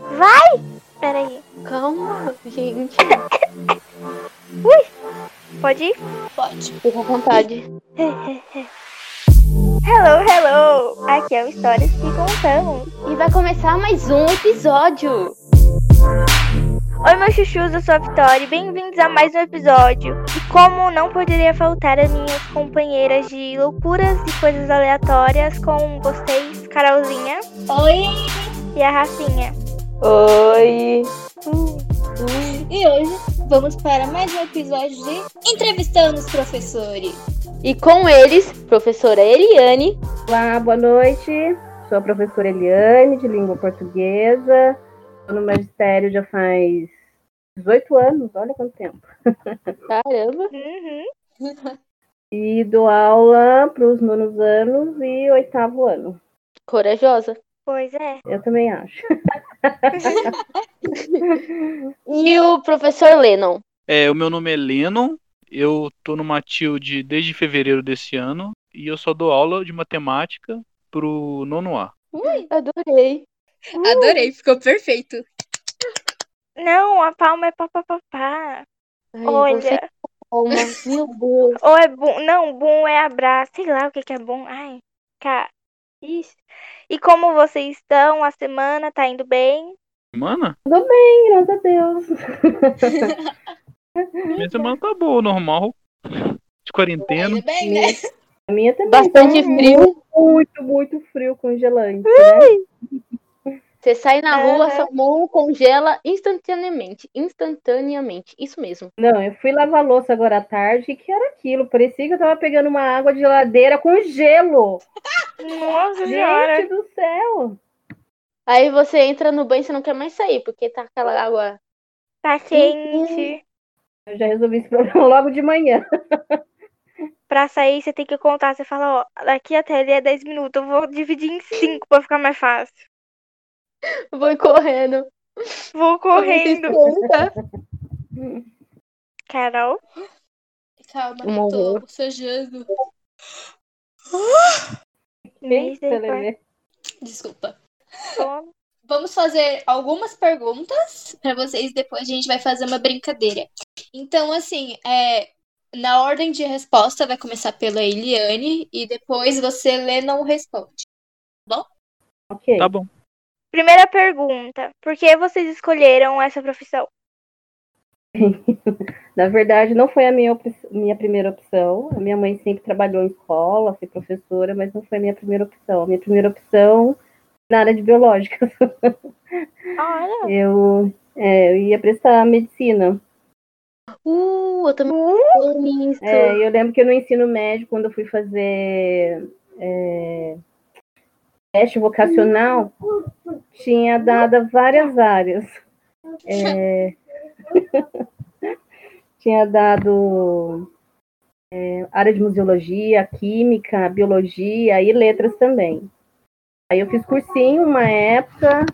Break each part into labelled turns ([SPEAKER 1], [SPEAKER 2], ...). [SPEAKER 1] Vai! Peraí.
[SPEAKER 2] Calma, gente.
[SPEAKER 1] Pode ir?
[SPEAKER 3] Pode.
[SPEAKER 2] Fica à vontade.
[SPEAKER 1] Hello, hello! Aqui é o Histórias que Contamos.
[SPEAKER 2] E vai começar mais um episódio.
[SPEAKER 1] Oi, meus chuchus, eu sou a Vitória e bem-vindos a mais um episódio. E como não poderia faltar as minhas companheiras de loucuras e coisas aleatórias com vocês, Carolzinha
[SPEAKER 3] Oi!
[SPEAKER 1] e a Rafinha. Uh,
[SPEAKER 2] Oi.
[SPEAKER 3] E hoje vamos para mais um episódio de Entrevistando os Professores.
[SPEAKER 2] E com eles, professora Eliane.
[SPEAKER 4] Olá, boa noite. Sou a professora Eliane, de língua portuguesa. Estou no magistério já faz 18 anos, olha quanto tempo.
[SPEAKER 2] Caramba.
[SPEAKER 1] Uhum.
[SPEAKER 4] E dou aula para os nonos anos e oitavo ano,
[SPEAKER 2] Corajosa.
[SPEAKER 1] Pois é.
[SPEAKER 4] eu também acho.
[SPEAKER 2] E o professor Lennon.
[SPEAKER 5] É, o meu nome é Lennon, eu tô numa Matilde desde fevereiro desse ano e eu só dou aula de matemática pro nono A.
[SPEAKER 2] Adorei.
[SPEAKER 3] Adorei, ficou perfeito.
[SPEAKER 1] Não, a palma é papapá.
[SPEAKER 2] Ai, você
[SPEAKER 1] Olha.
[SPEAKER 2] calma. Meu Deus.
[SPEAKER 1] Ou é bom. Não, bom é abraço. Sei lá o que, que é bom. Ai, cara. Isso. E como vocês estão? A semana tá indo bem?
[SPEAKER 5] Semana?
[SPEAKER 4] Ih, Graças a Deus.
[SPEAKER 5] Minha semana tá boa, normal. De quarentena.
[SPEAKER 3] Ainda bem, né?
[SPEAKER 4] A minha também.
[SPEAKER 2] Bastante
[SPEAKER 4] tá
[SPEAKER 2] frio.
[SPEAKER 4] Muito, muito frio, congelante. Né?
[SPEAKER 2] Você sai na rua,
[SPEAKER 1] Aham.
[SPEAKER 2] sua mão congela instantaneamente. Instantaneamente. Isso mesmo.
[SPEAKER 4] Não, eu fui lavar louça agora à tarde e que era aquilo? Parecia que eu tava pegando uma água de geladeira com gelo.
[SPEAKER 1] Nossa senhora.
[SPEAKER 4] Gente do céu.
[SPEAKER 2] Aí você entra no banho e você não quer mais sair, porque tá aquela água.
[SPEAKER 1] Tá quente.
[SPEAKER 4] Eu já resolvi esse problema logo de manhã.
[SPEAKER 1] Pra sair, você tem que contar. Você fala, ó, daqui até ali é 10 minutos. Eu vou dividir em 5 pra ficar mais fácil.
[SPEAKER 2] Vou correndo.
[SPEAKER 1] Vou correndo. é? Carol,
[SPEAKER 3] Calma,
[SPEAKER 2] Uma
[SPEAKER 3] tô
[SPEAKER 2] boa.
[SPEAKER 3] bocejando.
[SPEAKER 1] misericórdia.
[SPEAKER 3] Desculpa. Vamos fazer algumas perguntas para vocês, depois a gente vai fazer uma brincadeira. Então, assim, é, na ordem de resposta vai começar pela Eliane e depois você lê não responde.
[SPEAKER 4] Ok.
[SPEAKER 5] Tá bom.
[SPEAKER 1] Primeira pergunta. Por que vocês escolheram essa profissão?
[SPEAKER 4] Na verdade, não foi a minha, op- minha primeira opção. A minha mãe sempre trabalhou em escola, foi professora, mas não foi a minha primeira opção. A minha primeira opção na área de biológicas.
[SPEAKER 1] Olha.
[SPEAKER 4] Eu, é, eu ia prestar medicina.
[SPEAKER 2] Uh, eu também tô nisso.
[SPEAKER 4] É, eu lembro que no ensino médio, quando eu fui fazer é, teste vocacional, tinha dado várias áreas. É, tinha dado é, área de museologia, química, biologia e letras também. Aí eu fiz cursinho uma época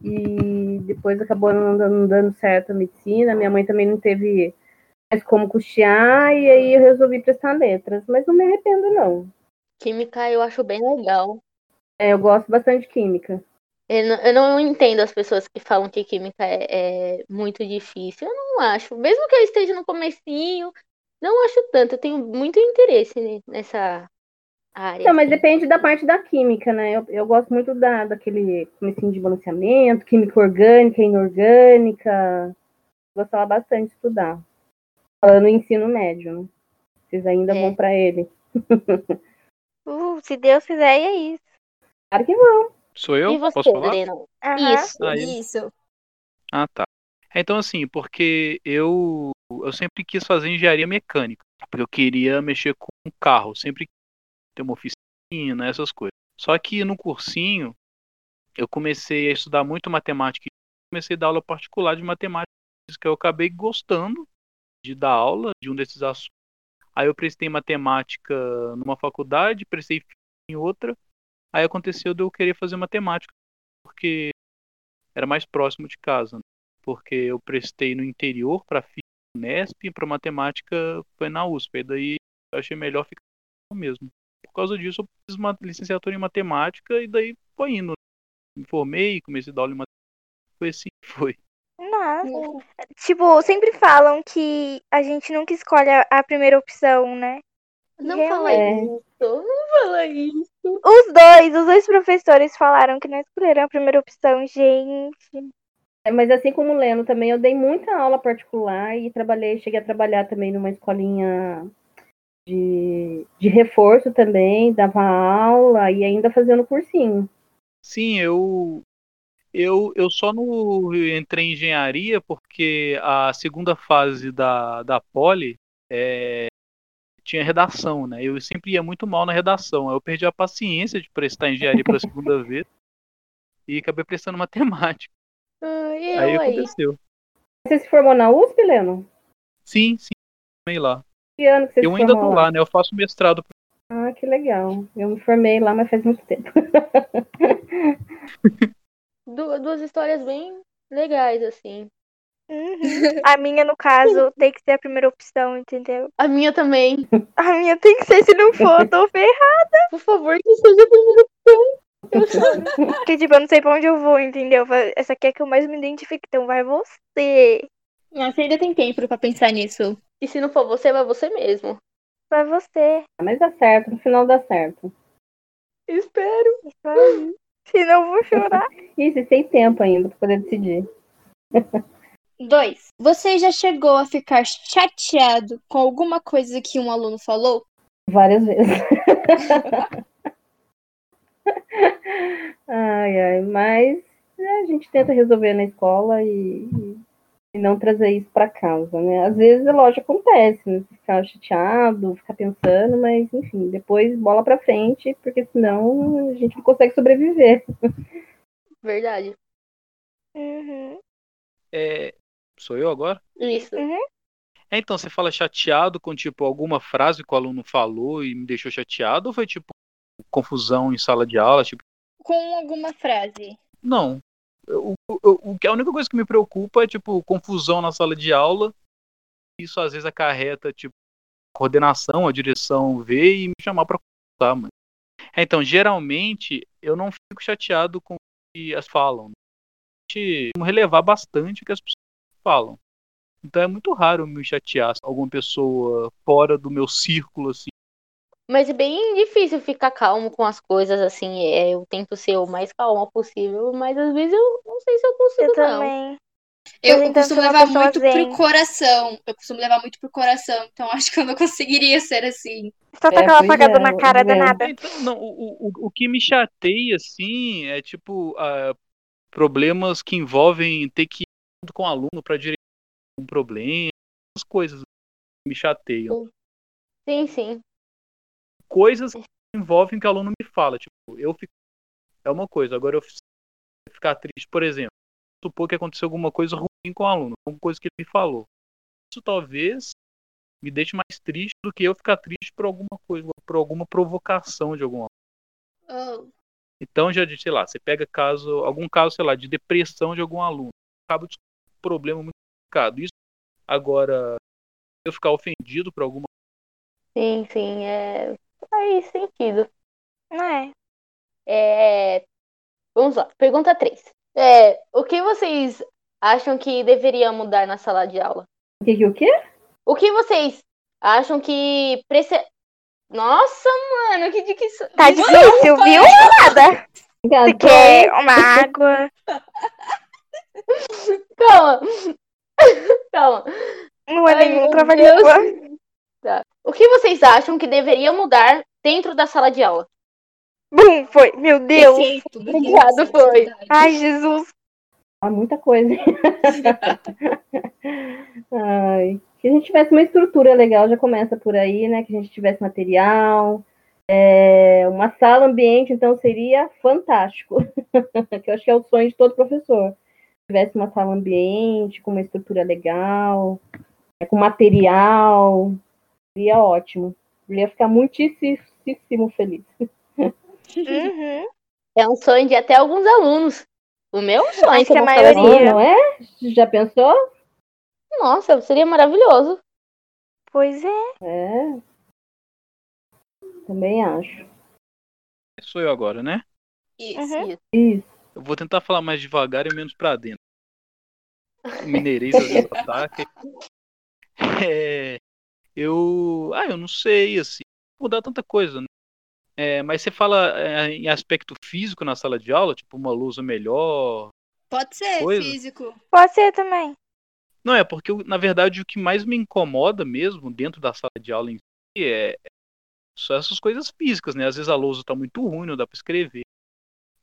[SPEAKER 4] e depois acabou não dando, não dando certo a medicina. Minha mãe também não teve mais como custear e aí eu resolvi prestar letras, mas não me arrependo não.
[SPEAKER 2] Química eu acho bem legal.
[SPEAKER 4] É, eu gosto bastante de química.
[SPEAKER 2] Eu não, eu não entendo as pessoas que falam que química é, é muito difícil. Eu não acho. Mesmo que eu esteja no comecinho, não acho tanto. Eu tenho muito interesse ne- nessa área.
[SPEAKER 4] Não, mas depende da parte da química, né? Eu, eu gosto muito da, daquele comecinho de balanceamento, química orgânica, inorgânica. Gostava bastante de estudar. Falando em ensino médio, né? Vocês ainda
[SPEAKER 2] É.
[SPEAKER 4] vão para ele.
[SPEAKER 1] Uh, se Deus quiser, é isso.
[SPEAKER 4] Claro que vão.
[SPEAKER 5] Sou
[SPEAKER 2] E
[SPEAKER 5] eu?
[SPEAKER 2] você,
[SPEAKER 5] Posso falar?
[SPEAKER 2] Lena?
[SPEAKER 1] Aham.
[SPEAKER 2] Isso.
[SPEAKER 5] Ah, eu.
[SPEAKER 3] Isso.
[SPEAKER 5] Ah, tá. Então, assim, porque eu, eu sempre quis fazer engenharia mecânica, porque eu queria mexer com carro, sempre quis ter uma oficina, essas coisas. Só que no cursinho, eu comecei a estudar muito matemática, e comecei a dar aula particular de matemática, que eu acabei gostando de dar aula de um desses assuntos. Aí eu prestei matemática numa faculdade, prestei física em outra, aí aconteceu de eu querer fazer matemática, porque era mais próximo de casa, né? porque eu prestei no interior para física na Unesp e para matemática foi na USP. Aí daí eu achei melhor ficar no mesmo. Por causa disso eu fiz né? uma licenciatura em matemática e daí foi indo. Me formei, comecei a dar aula em matemática, foi assim que foi.
[SPEAKER 1] Nossa. Tipo, sempre falam que a gente nunca escolhe a, a primeira opção, né?
[SPEAKER 2] Não
[SPEAKER 1] Realmente.
[SPEAKER 2] fala isso. Não fala isso.
[SPEAKER 1] Os dois, os dois professores falaram que não escolheram a primeira opção, gente.
[SPEAKER 4] É, mas assim como o Leno também, eu dei muita aula particular e trabalhei, cheguei a trabalhar também numa escolinha de, de reforço também, dava aula e ainda fazendo cursinho.
[SPEAKER 5] Sim, eu eu, eu só não entrei em engenharia porque a segunda fase da, da Poli é, tinha redação, né? Eu sempre ia muito mal na redação. Aí eu perdi a paciência de prestar engenharia pela segunda vez e acabei prestando matemática.
[SPEAKER 2] Ah, e
[SPEAKER 5] Aí
[SPEAKER 2] eu aí?
[SPEAKER 5] aconteceu.
[SPEAKER 4] Você se formou na USP, Leno?
[SPEAKER 5] Sim, sim, formei lá.
[SPEAKER 4] Que ano que você
[SPEAKER 5] Eu
[SPEAKER 4] se
[SPEAKER 5] ainda
[SPEAKER 4] formou
[SPEAKER 5] tô lá, né? Eu faço mestrado.
[SPEAKER 4] Ah, que legal. Eu me formei lá, mas faz muito tempo.
[SPEAKER 2] Du- duas histórias bem legais, assim.
[SPEAKER 1] Uhum. A minha, no caso, tem que ser a primeira opção, entendeu?
[SPEAKER 2] A minha também.
[SPEAKER 1] A minha tem que ser, se não for, eu tô ferrada.
[SPEAKER 2] Por favor, que seja a primeira.
[SPEAKER 1] Porque, tipo, eu não sei pra onde eu vou, entendeu? Vai- Essa aqui é que eu mais me identifico, então vai você.
[SPEAKER 3] Ah, Você ainda tem tempo pra pensar nisso.
[SPEAKER 2] E se não for você, vai você mesmo.
[SPEAKER 1] Vai você.
[SPEAKER 4] Mas dá certo, no final dá certo.
[SPEAKER 2] Espero.
[SPEAKER 1] Isso aí. Se não, eu vou chorar.
[SPEAKER 4] E você tem tempo ainda pra poder decidir.
[SPEAKER 3] Dois. Você já chegou a ficar chateado com alguma coisa que um aluno falou?
[SPEAKER 4] Várias vezes. ai, ai, mas né, a gente tenta resolver na escola e, e não trazer isso pra casa, né? Às vezes, é lógico, acontece, né? Você Ficar chateado, ficar pensando, mas enfim, depois bola pra frente, porque senão a gente não consegue sobreviver.
[SPEAKER 2] Verdade.
[SPEAKER 1] Uhum.
[SPEAKER 5] É, sou eu agora?
[SPEAKER 2] Isso.
[SPEAKER 5] É, então, você fala chateado com, tipo, alguma frase que o aluno falou e me deixou chateado? Ou foi, tipo, confusão em sala de aula? Tipo,
[SPEAKER 3] Com alguma frase?
[SPEAKER 5] não. Eu- eu- eu- o que- a única coisa que me preocupa é, tipo, confusão na sala de aula. Isso, às vezes, acarreta, tipo, a coordenação, a direção ver e me chamar pra conversar, mano. É, então, geralmente, eu não fico chateado com o que as falam. A gente tem que relevar bastante o que as pessoas falam. Então é muito raro me chatear alguma pessoa fora do meu círculo, assim.
[SPEAKER 2] Mas é bem difícil ficar calmo com as coisas, assim. É, eu tento ser o mais calma possível, mas às vezes eu não sei se eu consigo,
[SPEAKER 1] Eu
[SPEAKER 2] não.
[SPEAKER 1] também.
[SPEAKER 3] Eu,
[SPEAKER 1] Mas então
[SPEAKER 3] costumo
[SPEAKER 1] você é uma
[SPEAKER 3] levar
[SPEAKER 1] pessoa
[SPEAKER 3] muito
[SPEAKER 1] zen.
[SPEAKER 3] pro coração. Eu costumo levar muito pro coração, então acho que eu não conseguiria ser assim.
[SPEAKER 1] Só tá
[SPEAKER 4] É,
[SPEAKER 1] aquela
[SPEAKER 4] pois
[SPEAKER 1] apagada
[SPEAKER 4] é,
[SPEAKER 1] na cara
[SPEAKER 4] eu lembro.
[SPEAKER 1] danada.
[SPEAKER 5] Então, não, o, o, o que me chateia, assim, é tipo ah, problemas que envolvem ter que ir junto com o aluno para direito um problema, essas coisas que me chateiam.
[SPEAKER 2] Sim, sim.
[SPEAKER 5] Coisas que envolvem que o aluno me fala. Tipo, eu fico. É uma coisa, agora eu ficar triste, por exemplo, supor que aconteceu alguma coisa ruim com o aluno, alguma coisa que ele me falou. Isso talvez me deixe mais triste do que eu ficar triste por alguma coisa, por alguma provocação de algum aluno.
[SPEAKER 3] Oh,
[SPEAKER 5] Então já de, sei lá, você pega caso, algum caso, sei lá, de depressão de algum aluno, acaba de um problema muito complicado. Isso agora eu ficar ofendido por alguma
[SPEAKER 2] Sim, sim. É... Faz sentido.
[SPEAKER 1] Não é?
[SPEAKER 2] É, Vamos lá, pergunta 3. É, o que vocês acham que deveria mudar na sala de aula?
[SPEAKER 4] O que que o quê?
[SPEAKER 2] O que vocês acham que prece... Nossa, mano, que de que isso-
[SPEAKER 1] Tá difícil, viu? Nada. Você
[SPEAKER 4] Obrigada.
[SPEAKER 1] quer uma água?
[SPEAKER 2] Calma. Calma.
[SPEAKER 1] Não é
[SPEAKER 2] Ai,
[SPEAKER 1] nenhum
[SPEAKER 2] meu
[SPEAKER 1] trabalho.
[SPEAKER 2] Deus. Tá. O que vocês acham que deveria mudar dentro da sala de aula?
[SPEAKER 1] Bum, foi. Meu Deus.
[SPEAKER 3] perfeito,
[SPEAKER 2] Obrigado,
[SPEAKER 3] obrigado,
[SPEAKER 2] foi.
[SPEAKER 1] Ai, Jesus.
[SPEAKER 4] Há muita coisa. Ai, que a gente tivesse uma estrutura legal, já começa por aí, né? Que a gente tivesse material, é, uma sala ambiente, então seria fantástico. que eu acho que é o sonho de todo professor. Tivesse uma sala ambiente, com uma estrutura legal, é, com material, seria ótimo. Eu ia ficar muitíssimo feliz.
[SPEAKER 1] Uhum.
[SPEAKER 2] É um sonho de até alguns alunos. O meu sonho
[SPEAKER 1] Acho que
[SPEAKER 2] ter
[SPEAKER 1] a
[SPEAKER 2] uma
[SPEAKER 1] maioria.
[SPEAKER 2] sala de aula.
[SPEAKER 4] Não é? Já pensou?
[SPEAKER 2] Nossa, seria maravilhoso.
[SPEAKER 1] Pois é.
[SPEAKER 4] É. Também acho.
[SPEAKER 5] sou eu agora, né?
[SPEAKER 3] Isso.
[SPEAKER 1] Uhum.
[SPEAKER 4] Isso.
[SPEAKER 5] Eu vou tentar falar mais devagar e menos pra dentro. mineirês às vezes ataca. É, eu. Ah, eu não sei, assim. Mudar tanta coisa, né? É, mas você fala é, em aspecto físico na sala de aula, tipo uma lousa melhor.
[SPEAKER 3] Pode ser
[SPEAKER 5] Coisa.
[SPEAKER 3] físico.
[SPEAKER 1] Pode ser também.
[SPEAKER 5] Não, é porque, eu- na verdade, o que mais me incomoda mesmo dentro da sala de aula em si é só essas coisas físicas, né? Às vezes a lousa tá muito ruim, não dá pra escrever.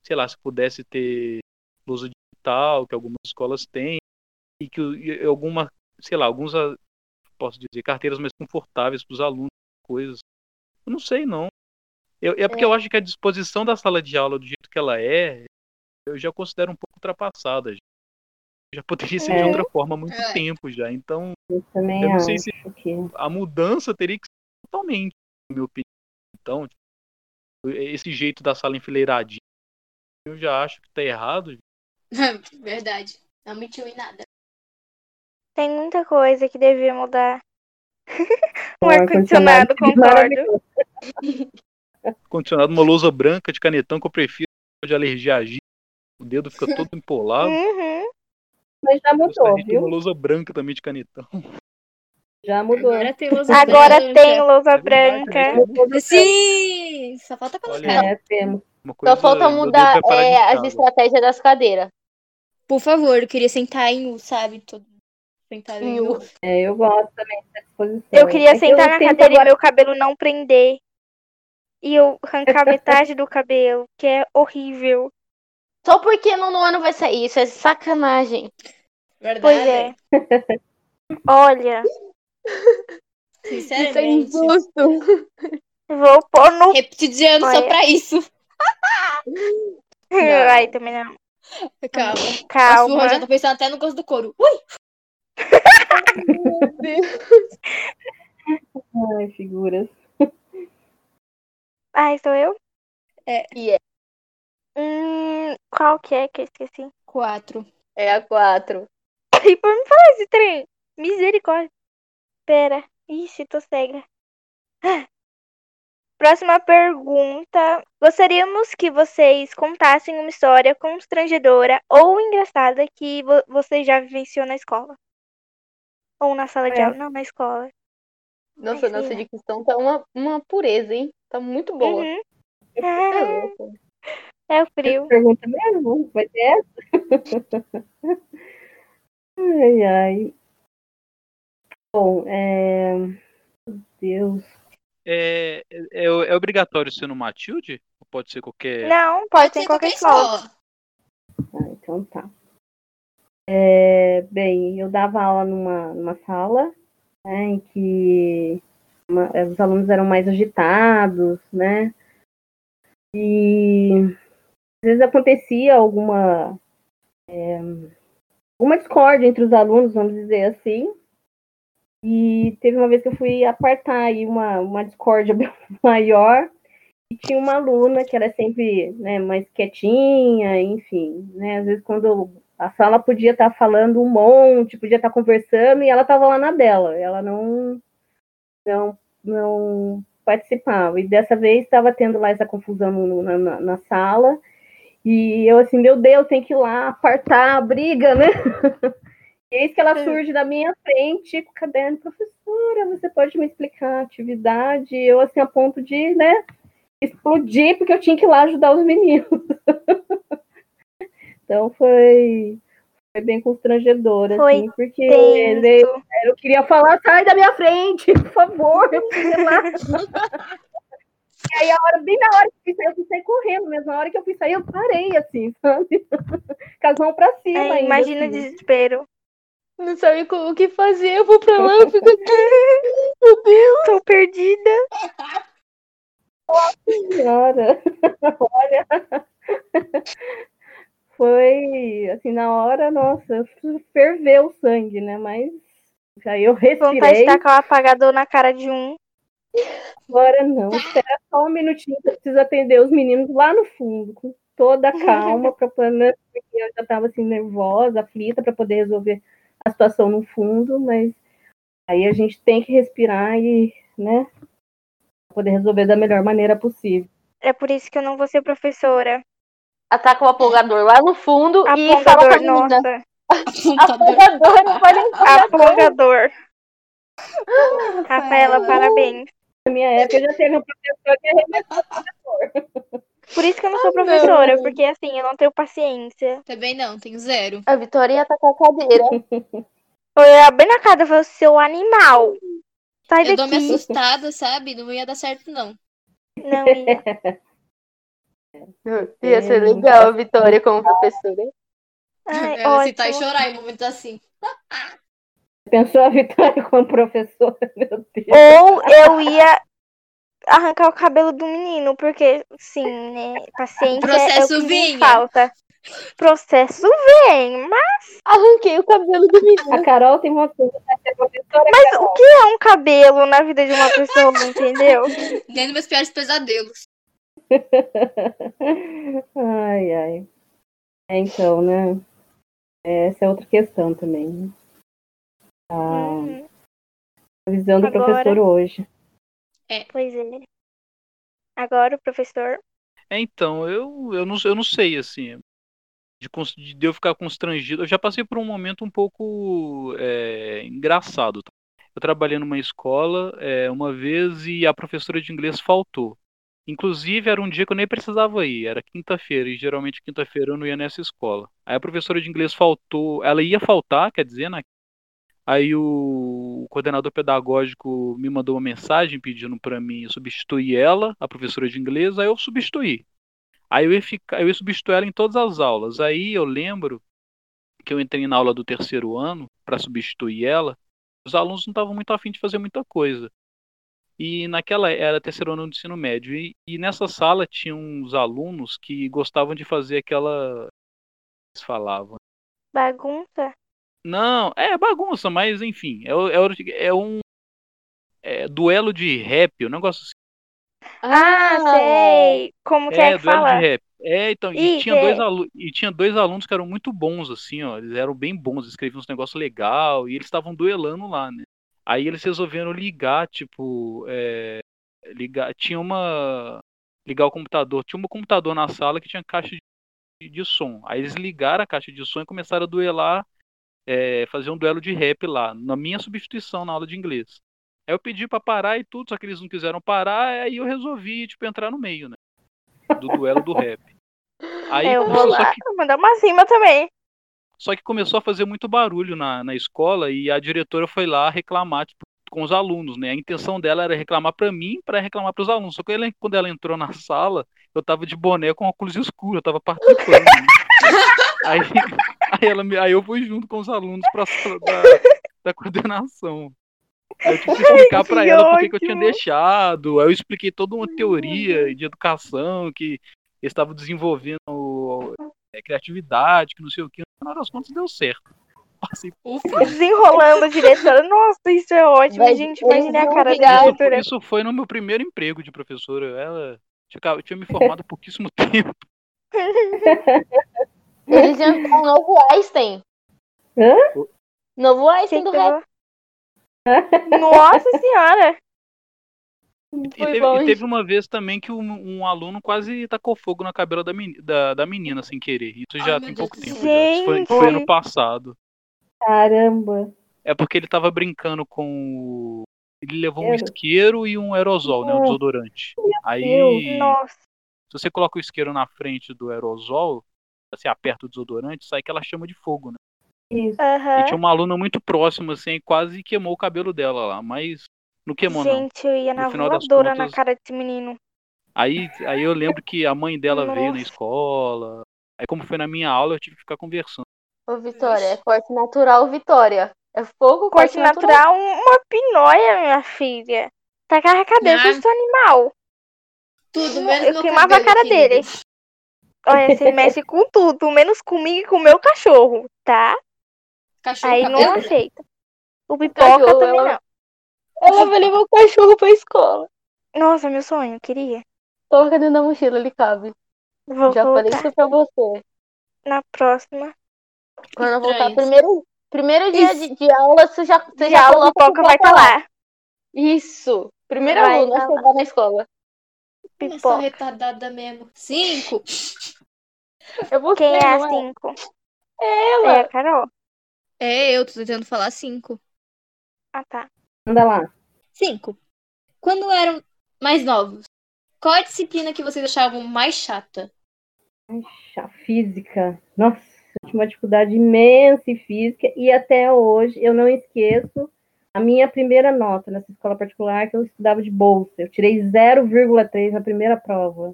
[SPEAKER 5] Sei lá, se pudesse ter lousa digital, que algumas escolas têm, e que o- e alguma, sei lá, alguns, ah, posso dizer, carteiras mais confortáveis pros alunos, coisas. Eu não sei, não. Eu- é porque eu acho que a disposição da sala de aula, do jeito que ela é, eu já considero um pouco ultrapassada. Já, já poderia ser de
[SPEAKER 4] É.
[SPEAKER 5] outra forma há muito
[SPEAKER 3] É.
[SPEAKER 5] tempo já. Então,
[SPEAKER 4] Eu também
[SPEAKER 5] Eu não
[SPEAKER 4] acho
[SPEAKER 5] sei se-
[SPEAKER 4] que.
[SPEAKER 5] a mudança teria que ser totalmente, na minha opinião. Então, tipo, esse jeito da sala enfileiradinha, eu já acho que tá errado.
[SPEAKER 3] Verdade. Não mentiu em nada.
[SPEAKER 1] Tem muita coisa que devia mudar.
[SPEAKER 4] o
[SPEAKER 1] Um ar-condicionado,
[SPEAKER 4] fica
[SPEAKER 1] concordo.
[SPEAKER 4] maravilhoso.
[SPEAKER 5] Condicionado uma lousa branca de canetão que eu prefiro um de alergia a giz. O dedo fica todo empolado.
[SPEAKER 1] Uhum.
[SPEAKER 4] Mas já mudou,
[SPEAKER 5] Gostaria de ter uma
[SPEAKER 4] É, viu?
[SPEAKER 5] lousa branca também de canetão.
[SPEAKER 4] Já mudou.
[SPEAKER 3] Agora tem lousa
[SPEAKER 1] Agora
[SPEAKER 3] branca.
[SPEAKER 1] tem lousa
[SPEAKER 4] Tá
[SPEAKER 5] É verdade,
[SPEAKER 1] branca.
[SPEAKER 5] né?
[SPEAKER 3] Sim! Só falta
[SPEAKER 5] Olha
[SPEAKER 3] colocar.
[SPEAKER 5] aí.
[SPEAKER 4] É, temos.
[SPEAKER 5] Uma
[SPEAKER 2] Só
[SPEAKER 5] coisa
[SPEAKER 2] falta
[SPEAKER 5] eu
[SPEAKER 2] mudar
[SPEAKER 5] devo parar de
[SPEAKER 2] é, as
[SPEAKER 5] casa.
[SPEAKER 2] estratégias das cadeiras.
[SPEAKER 3] Por favor, eu queria sentar em U, sabe? Todo mundo sentado em U.
[SPEAKER 4] É, eu gosto também dessa disposição.
[SPEAKER 1] Eu queria
[SPEAKER 4] É que
[SPEAKER 1] sentar na
[SPEAKER 4] tento
[SPEAKER 1] cadeira e
[SPEAKER 4] agora-
[SPEAKER 1] meu cabelo não prender. E eu arrancar metade do cabelo, que é horrível.
[SPEAKER 2] Só porque no nono ano vai sair isso, é sacanagem.
[SPEAKER 3] Verdade?
[SPEAKER 1] Pois é. Olha,
[SPEAKER 2] Isso é
[SPEAKER 3] Sinceramente.
[SPEAKER 2] injusto.
[SPEAKER 1] vou pôr no.
[SPEAKER 3] Repetidiano só
[SPEAKER 1] Olha.
[SPEAKER 3] pra isso. Não.
[SPEAKER 1] Ai, também não.
[SPEAKER 3] Calma.
[SPEAKER 1] Calma.
[SPEAKER 3] Eu já tá tô pensando até no gosto do couro. Ui!
[SPEAKER 4] Ai, figuras.
[SPEAKER 1] Ai, sou eu?
[SPEAKER 3] É.
[SPEAKER 2] E é.
[SPEAKER 1] Hum, qual que é que eu esqueci?
[SPEAKER 3] Quatro.
[SPEAKER 2] É a quatro.
[SPEAKER 1] E por me falar esse trem. Misericórdia. Pera. Ixi, tô cega. Próxima pergunta. Gostaríamos que vocês contassem uma história constrangedora ou engraçada que vo- você já vivenciou na escola. Ou na sala de
[SPEAKER 4] É.
[SPEAKER 1] aula. Não, na escola.
[SPEAKER 2] Nossa,
[SPEAKER 1] Ai,
[SPEAKER 2] nossa
[SPEAKER 1] sim.
[SPEAKER 2] dicção tá uma, uma pureza, hein? Tá muito boa.
[SPEAKER 1] Uhum.
[SPEAKER 2] Tá
[SPEAKER 1] Ah,
[SPEAKER 2] louco.
[SPEAKER 1] é o frio.
[SPEAKER 4] Pergunta mesmo, vai ter essa? ai, ai. Bom, é... meu Deus.
[SPEAKER 5] É, é, é obrigatório ser no Matilde? Ou pode ser qualquer.
[SPEAKER 1] Não, pode ser em qualquer escola.
[SPEAKER 4] Ah, então tá. É, bem, eu dava aula numa, numa sala né, em que uma- eh, os alunos eram mais agitados, né? E às vezes acontecia alguma, eh, alguma discórdia entre os alunos, vamos dizer assim. E teve uma vez que eu fui apartar aí uma, uma discórdia maior. E tinha uma aluna que era sempre né, mais quietinha, enfim, né? Às vezes quando a sala podia estar falando um monte, podia estar conversando, e ela estava lá na dela, ela não, não, não participava. E dessa vez estava tendo lá essa confusão no- na, na- na sala, e eu assim, meu Deus, tem que ir lá apartar a briga, né? E eis que ela surge na minha frente com o caderno, professora, você pode me explicar a atividade? Eu assim, a ponto de, né? explodir porque eu tinha que ir lá ajudar os meninos. então foi, foi bem constrangedor,
[SPEAKER 1] Foi
[SPEAKER 4] assim, porque ele-
[SPEAKER 1] Tenso.
[SPEAKER 4] né? eu queria falar, sai da minha frente, por favor, eu preciso ir lá. E aí, a hora, bem na hora que eu fui sair, eu fui sair correndo, mas na hora que eu fui sair, eu parei, assim, sabe? Casão pra cima.
[SPEAKER 1] Ai,
[SPEAKER 4] ainda,
[SPEAKER 1] É, imagina o
[SPEAKER 4] assim.
[SPEAKER 1] desespero.
[SPEAKER 2] Não sabe co- o que fazer, eu vou pra lá, eu fico aqui.
[SPEAKER 1] Tô perdida.
[SPEAKER 4] Senhora, olha. Foi assim, na hora, nossa, ferveu o sangue, né? Mas aí eu
[SPEAKER 1] Vontade de tá
[SPEAKER 4] respirei.
[SPEAKER 1] tacar o apagador na cara de um.
[SPEAKER 4] Agora não, espera só um minutinho que eu preciso atender os meninos lá no fundo, com toda a calma, pra, né, porque eu já estava assim, nervosa, aflita, para poder resolver a situação no fundo, mas aí a gente tem que respirar e, né, poder resolver da melhor maneira possível.
[SPEAKER 1] É por isso que eu não vou ser professora.
[SPEAKER 2] Ataca o apagador lá no fundo e fala
[SPEAKER 1] Apontador,
[SPEAKER 2] pra menina.
[SPEAKER 1] nossa.
[SPEAKER 3] Apontador.
[SPEAKER 2] Apagador não pode
[SPEAKER 1] Afogador. Rafaela, parabéns.
[SPEAKER 4] Na minha época já teve um uma professora que arrebentou.
[SPEAKER 1] Por isso que eu não sou
[SPEAKER 3] Ah, não.
[SPEAKER 1] professora, porque assim, eu não tenho paciência.
[SPEAKER 3] Também não, tenho zero.
[SPEAKER 2] A Vitória ia tacar a cadeira.
[SPEAKER 1] Eu ia bem na cara e falei, seu animal. Sai
[SPEAKER 3] Eu dou me
[SPEAKER 1] daqui.
[SPEAKER 3] assustada, sabe? Não ia dar certo, não.
[SPEAKER 1] Não, ia.
[SPEAKER 2] Ia ser legal a Vitória como professora.
[SPEAKER 1] Ai,
[SPEAKER 3] eu ia citar e
[SPEAKER 1] É ótimo.
[SPEAKER 3] chorar em momentos assim.
[SPEAKER 4] Pensou a Vitória como professora, meu Deus.
[SPEAKER 1] Ou eu ia arrancar o cabelo do menino, porque, sim, né? Paciência é o
[SPEAKER 3] Processo
[SPEAKER 1] que me
[SPEAKER 3] vinha.
[SPEAKER 1] falta. Processo vem, mas
[SPEAKER 2] Arranquei o cabelo do menino.
[SPEAKER 4] A Carol tem uma coisa pra ser professora.
[SPEAKER 1] o que é um cabelo na vida de uma pessoa, entendeu?
[SPEAKER 3] Nem nos meus piores pesadelos.
[SPEAKER 4] Ai, ai. É, então, né? Essa é outra questão também. A
[SPEAKER 1] Hum,
[SPEAKER 4] visão do
[SPEAKER 1] Agora-
[SPEAKER 4] professor hoje.
[SPEAKER 1] pois é. Agora o professor.
[SPEAKER 5] É, então, eu, eu, não, eu não sei, assim, de, cons- de eu ficar constrangido. Eu já passei por um momento um pouco é, engraçado. tá? Eu trabalhei numa escola é, uma vez e a professora de inglês faltou. Inclusive, era um dia que eu nem precisava ir, era quinta-feira, e geralmente quinta-feira eu não ia nessa escola. Aí a professora de inglês faltou, ela ia faltar, quer dizer, na... aí o coordenador pedagógico me mandou uma mensagem pedindo pra mim substituir ela, a professora de inglês, aí eu substituí. Aí eu ia, ficar, eu ia substituir ela em todas as aulas. Aí eu lembro que eu entrei na aula do terceiro ano pra substituir ela, os alunos não estavam muito afim de fazer muita coisa. E naquela era terceiro ano do ensino médio. E, e nessa sala tinha uns alunos que gostavam de fazer aquela. Eles falavam.
[SPEAKER 1] Bagunça?
[SPEAKER 5] Não, é bagunça, mas enfim. É, o- é, o- é um. é duelo de rap, um negócio assim.
[SPEAKER 1] Ah, sei. Como que é
[SPEAKER 5] É,
[SPEAKER 1] que
[SPEAKER 5] duelo
[SPEAKER 1] fala?
[SPEAKER 5] de rap. É, então, e,
[SPEAKER 1] Ih,
[SPEAKER 5] tinha dois
[SPEAKER 1] é.
[SPEAKER 5] alu- e tinha dois alunos que eram muito bons, assim, ó. Eles eram bem bons, escreviam uns negócios legal e eles estavam duelando lá, né? Aí eles resolveram ligar, tipo, é, ligar, tinha uma, ligar o computador, tinha um computador na sala que tinha caixa de, de som. Aí eles ligaram a caixa de som e começaram a duelar, é, fazer um duelo de rap lá, na minha substituição na aula de inglês. Aí eu pedi pra parar e tudo, só que eles não quiseram parar, aí eu resolvi, tipo, entrar no meio, né? Do duelo do rap. Aí
[SPEAKER 1] É, eu vou
[SPEAKER 5] começou- só
[SPEAKER 1] lá.
[SPEAKER 5] que-
[SPEAKER 1] Vou mandar uma rima também.
[SPEAKER 5] só que começou a fazer muito barulho na, na escola e a diretora foi lá reclamar tipo, com os alunos, né? A intenção dela era reclamar pra mim, pra reclamar pros alunos. Só que ela- quando ela entrou na sala, eu tava de boné com óculos escuros, eu tava participando. né? aí, aí, ela me- aí eu fui junto com os alunos pra sala da, da coordenação. Aí Eu tive que explicar pra
[SPEAKER 1] que
[SPEAKER 5] ela por que que eu
[SPEAKER 1] ótimo.
[SPEAKER 5] tinha deixado. Aí eu expliquei toda uma teoria de educação que eles estavam desenvolvendo é, criatividade, que não sei o que. No final das contas deu certo. Passei
[SPEAKER 3] Ufa,
[SPEAKER 1] Desenrolando a diretora. Nossa, isso é ótimo,
[SPEAKER 2] Vai-
[SPEAKER 1] gente.
[SPEAKER 2] eles
[SPEAKER 1] Imaginei a
[SPEAKER 2] vão
[SPEAKER 1] cara da
[SPEAKER 2] virar-
[SPEAKER 5] isso, foi-
[SPEAKER 1] diretora.
[SPEAKER 5] isso foi no meu primeiro emprego de professora. Ela tinha, tinha me formado há pouquíssimo tempo.
[SPEAKER 2] Eles iam ficar um novo Einstein.
[SPEAKER 4] Hã?
[SPEAKER 2] Novo Einstein
[SPEAKER 1] Quem
[SPEAKER 2] do
[SPEAKER 1] que é?
[SPEAKER 2] rap.
[SPEAKER 1] ela- Nossa senhora!
[SPEAKER 5] E
[SPEAKER 2] Foi
[SPEAKER 5] teve,
[SPEAKER 2] longe.
[SPEAKER 5] e teve uma vez também que um, um aluno quase tacou fogo na cabela da, meni- da, da menina sem querer. Isso já
[SPEAKER 3] Ai, meu
[SPEAKER 5] tem
[SPEAKER 3] Deus
[SPEAKER 5] pouco
[SPEAKER 3] do
[SPEAKER 5] tempo.
[SPEAKER 1] céu.
[SPEAKER 5] já. Isso foi, foi ano
[SPEAKER 1] Gente.
[SPEAKER 5] passado.
[SPEAKER 4] Caramba.
[SPEAKER 5] É porque ele tava brincando com o. Ele levou um
[SPEAKER 4] Era?
[SPEAKER 5] isqueiro e um aerosol, né? Um
[SPEAKER 4] Nossa.
[SPEAKER 5] desodorante. Aí.
[SPEAKER 4] Deus.
[SPEAKER 1] Nossa,
[SPEAKER 5] Se você coloca o isqueiro na frente do aerosol, você aperta o desodorante, sai aquela chama de fogo, né?
[SPEAKER 4] Isso.
[SPEAKER 5] E
[SPEAKER 1] aham.
[SPEAKER 5] tinha um uma aluna muito próxima, assim, e quase queimou o cabelo dela lá, mas não queimou, não.
[SPEAKER 1] Gente, eu ia
[SPEAKER 5] né? No
[SPEAKER 1] na
[SPEAKER 5] final das
[SPEAKER 1] voadora na
[SPEAKER 5] contas-
[SPEAKER 1] cara desse menino.
[SPEAKER 5] Aí, aí eu lembro que a mãe dela veio na
[SPEAKER 1] Nossa.
[SPEAKER 5] escola. Aí, como foi na minha aula, eu tive que ficar conversando.
[SPEAKER 2] Ô, Vitória, é corte natural, Vitória. É fogo, corte,
[SPEAKER 1] Corte natural, um, uma pinóia, minha filha. Tacar a cadeira,
[SPEAKER 3] Ah.
[SPEAKER 1] ah. seu animal.
[SPEAKER 3] tudo menos
[SPEAKER 1] eu
[SPEAKER 3] meu
[SPEAKER 1] queimava a
[SPEAKER 3] cabelo,
[SPEAKER 1] cara
[SPEAKER 3] querido.
[SPEAKER 1] dele. Olha, você mexe com tudo, menos comigo e com o meu cachorro, tá?
[SPEAKER 3] Cachorro, tá
[SPEAKER 1] Aí não
[SPEAKER 3] cabelo.
[SPEAKER 1] aceita. O pipoca
[SPEAKER 2] Cachorro,
[SPEAKER 1] também
[SPEAKER 2] ela-
[SPEAKER 1] não.
[SPEAKER 2] Eu vou levar o cachorro pra escola.
[SPEAKER 1] Nossa, meu sonho, eu queria.
[SPEAKER 2] Coloca dentro da mochila, ele cabe.
[SPEAKER 1] Vou
[SPEAKER 2] Já falei
[SPEAKER 1] colocar
[SPEAKER 2] isso pra você.
[SPEAKER 1] na próxima.
[SPEAKER 2] Quando eu voltar,
[SPEAKER 3] Estranho.
[SPEAKER 2] primeiro, primeiro dia de, de aula, você já, você
[SPEAKER 1] Já
[SPEAKER 2] já
[SPEAKER 1] o
[SPEAKER 2] coloca
[SPEAKER 1] pipoca vai
[SPEAKER 2] pipoca
[SPEAKER 1] estar lá.
[SPEAKER 2] Isso. Primeiro
[SPEAKER 1] Vai
[SPEAKER 2] aluno
[SPEAKER 1] tá
[SPEAKER 2] a chegar na escola.
[SPEAKER 3] Eu sou
[SPEAKER 1] Pipoca.
[SPEAKER 3] retardada mesmo. Cinco.
[SPEAKER 2] Eu vou
[SPEAKER 1] Quem
[SPEAKER 2] ser,
[SPEAKER 1] é a
[SPEAKER 2] não
[SPEAKER 1] cinco?
[SPEAKER 2] Ela.
[SPEAKER 1] É a Carol.
[SPEAKER 3] É, eu tô tentando falar cinco.
[SPEAKER 1] Ah, tá.
[SPEAKER 4] Anda lá.
[SPEAKER 3] Cinco. Quando eram mais novos, qual a disciplina que vocês achavam mais chata?
[SPEAKER 4] Chá, física. Nossa, eu tinha uma dificuldade imensa em física e até hoje eu não esqueço a minha primeira nota nessa escola particular que eu estudava de bolsa. Eu tirei 0,3 na primeira prova.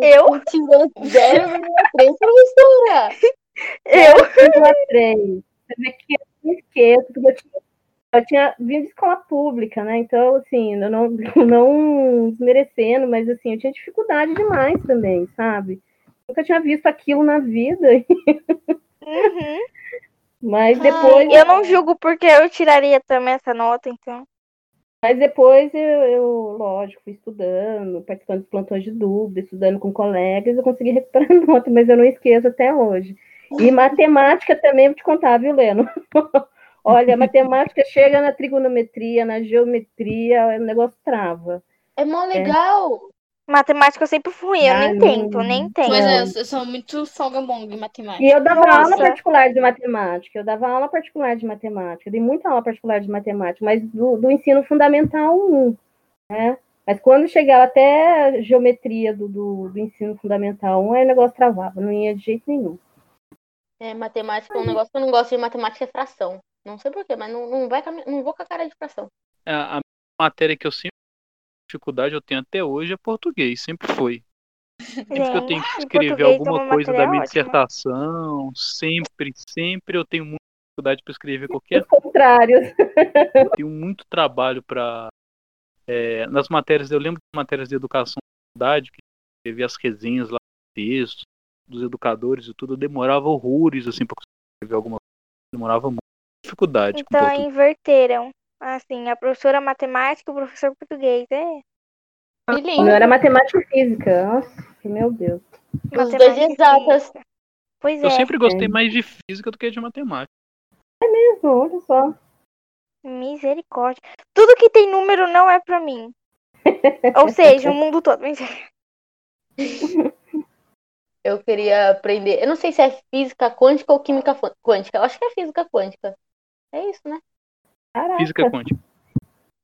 [SPEAKER 1] Eu?
[SPEAKER 2] Tirou
[SPEAKER 1] assim?
[SPEAKER 2] 0,3, professora.
[SPEAKER 1] Eu?
[SPEAKER 4] 0,3. Você vê que eu não esqueço, porque eu tinha, eu tinha vindo de escola pública, né? Então, assim, eu não, não desmerecendo, mas assim, eu tinha dificuldade demais também, sabe? Nunca tinha visto aquilo na vida.
[SPEAKER 1] Uhum.
[SPEAKER 4] Mas
[SPEAKER 3] Ai,
[SPEAKER 4] depois.
[SPEAKER 1] Eu não julgo porque eu tiraria também essa nota, então.
[SPEAKER 4] Mas depois eu, eu, lógico, fui estudando, participando de plantões de dúvida, estudando com colegas, eu consegui recuperar a nota, mas eu não esqueço até hoje. E matemática também vou te contar, viu, Leno? Olha, matemática chega na trigonometria, na geometria, o negócio trava.
[SPEAKER 2] É mó legal.
[SPEAKER 1] Matemática eu sempre fui, eu
[SPEAKER 4] Ah,
[SPEAKER 1] nem
[SPEAKER 4] não.
[SPEAKER 1] tento, nem tento.
[SPEAKER 3] Mas é,
[SPEAKER 4] Não.
[SPEAKER 3] eu, eu sou muito folgamonga em matemática.
[SPEAKER 4] E eu dava
[SPEAKER 1] Nossa.
[SPEAKER 4] aula particular de matemática, eu dava aula particular de matemática, eu dei muita aula particular de matemática, mas do, do ensino fundamental 1, né? Mas quando chegava até a geometria do, do, do ensino fundamental 1, aí o negócio travava, não ia de jeito nenhum.
[SPEAKER 2] É, matemática é um negócio que eu não gosto de matemática é fração. Não sei porquê, mas não, não, vai, com a mi- não vou com a cara de fração.
[SPEAKER 5] É, A, a matéria que eu sempre dificuldade eu tenho até hoje é português, sempre foi. Sempre que eu tenho que
[SPEAKER 1] Gente,
[SPEAKER 5] escrever
[SPEAKER 1] É. português é
[SPEAKER 5] alguma
[SPEAKER 1] uma
[SPEAKER 5] coisa da
[SPEAKER 1] matéria
[SPEAKER 5] minha
[SPEAKER 1] ótima.
[SPEAKER 5] dissertação, sempre, sempre eu tenho muita dificuldade para escrever qualquer
[SPEAKER 4] Os contrários.
[SPEAKER 5] Eu tenho muito trabalho para nas matérias eu lembro de matérias de educação na faculdade que teve as resenhas lá textos dos educadores e tudo eu demorava horrores assim para escrever alguma coisa demorava muito dificuldade com
[SPEAKER 1] Então aí
[SPEAKER 5] português.
[SPEAKER 1] inverteram. Assim, a professora matemática, o professor português, é?
[SPEAKER 4] O
[SPEAKER 2] Filhinho,
[SPEAKER 4] meu era matemática e física. Nossa, meu Deus.
[SPEAKER 2] os
[SPEAKER 1] Matemática
[SPEAKER 2] dois
[SPEAKER 1] e
[SPEAKER 2] exatas.
[SPEAKER 1] física. Pois
[SPEAKER 5] eu
[SPEAKER 1] é,
[SPEAKER 5] sempre gostei mais de física do que de matemática
[SPEAKER 4] Mesmo, olha só.
[SPEAKER 1] misericórdia. Tudo que tem número não é pra mim. Ou seja, o mundo todo. Mentira.
[SPEAKER 2] Eu queria aprender. Eu não sei se é física quântica ou química fã- quântica. Eu acho que é física quântica. É isso, né?
[SPEAKER 4] Caraca.
[SPEAKER 5] física quântica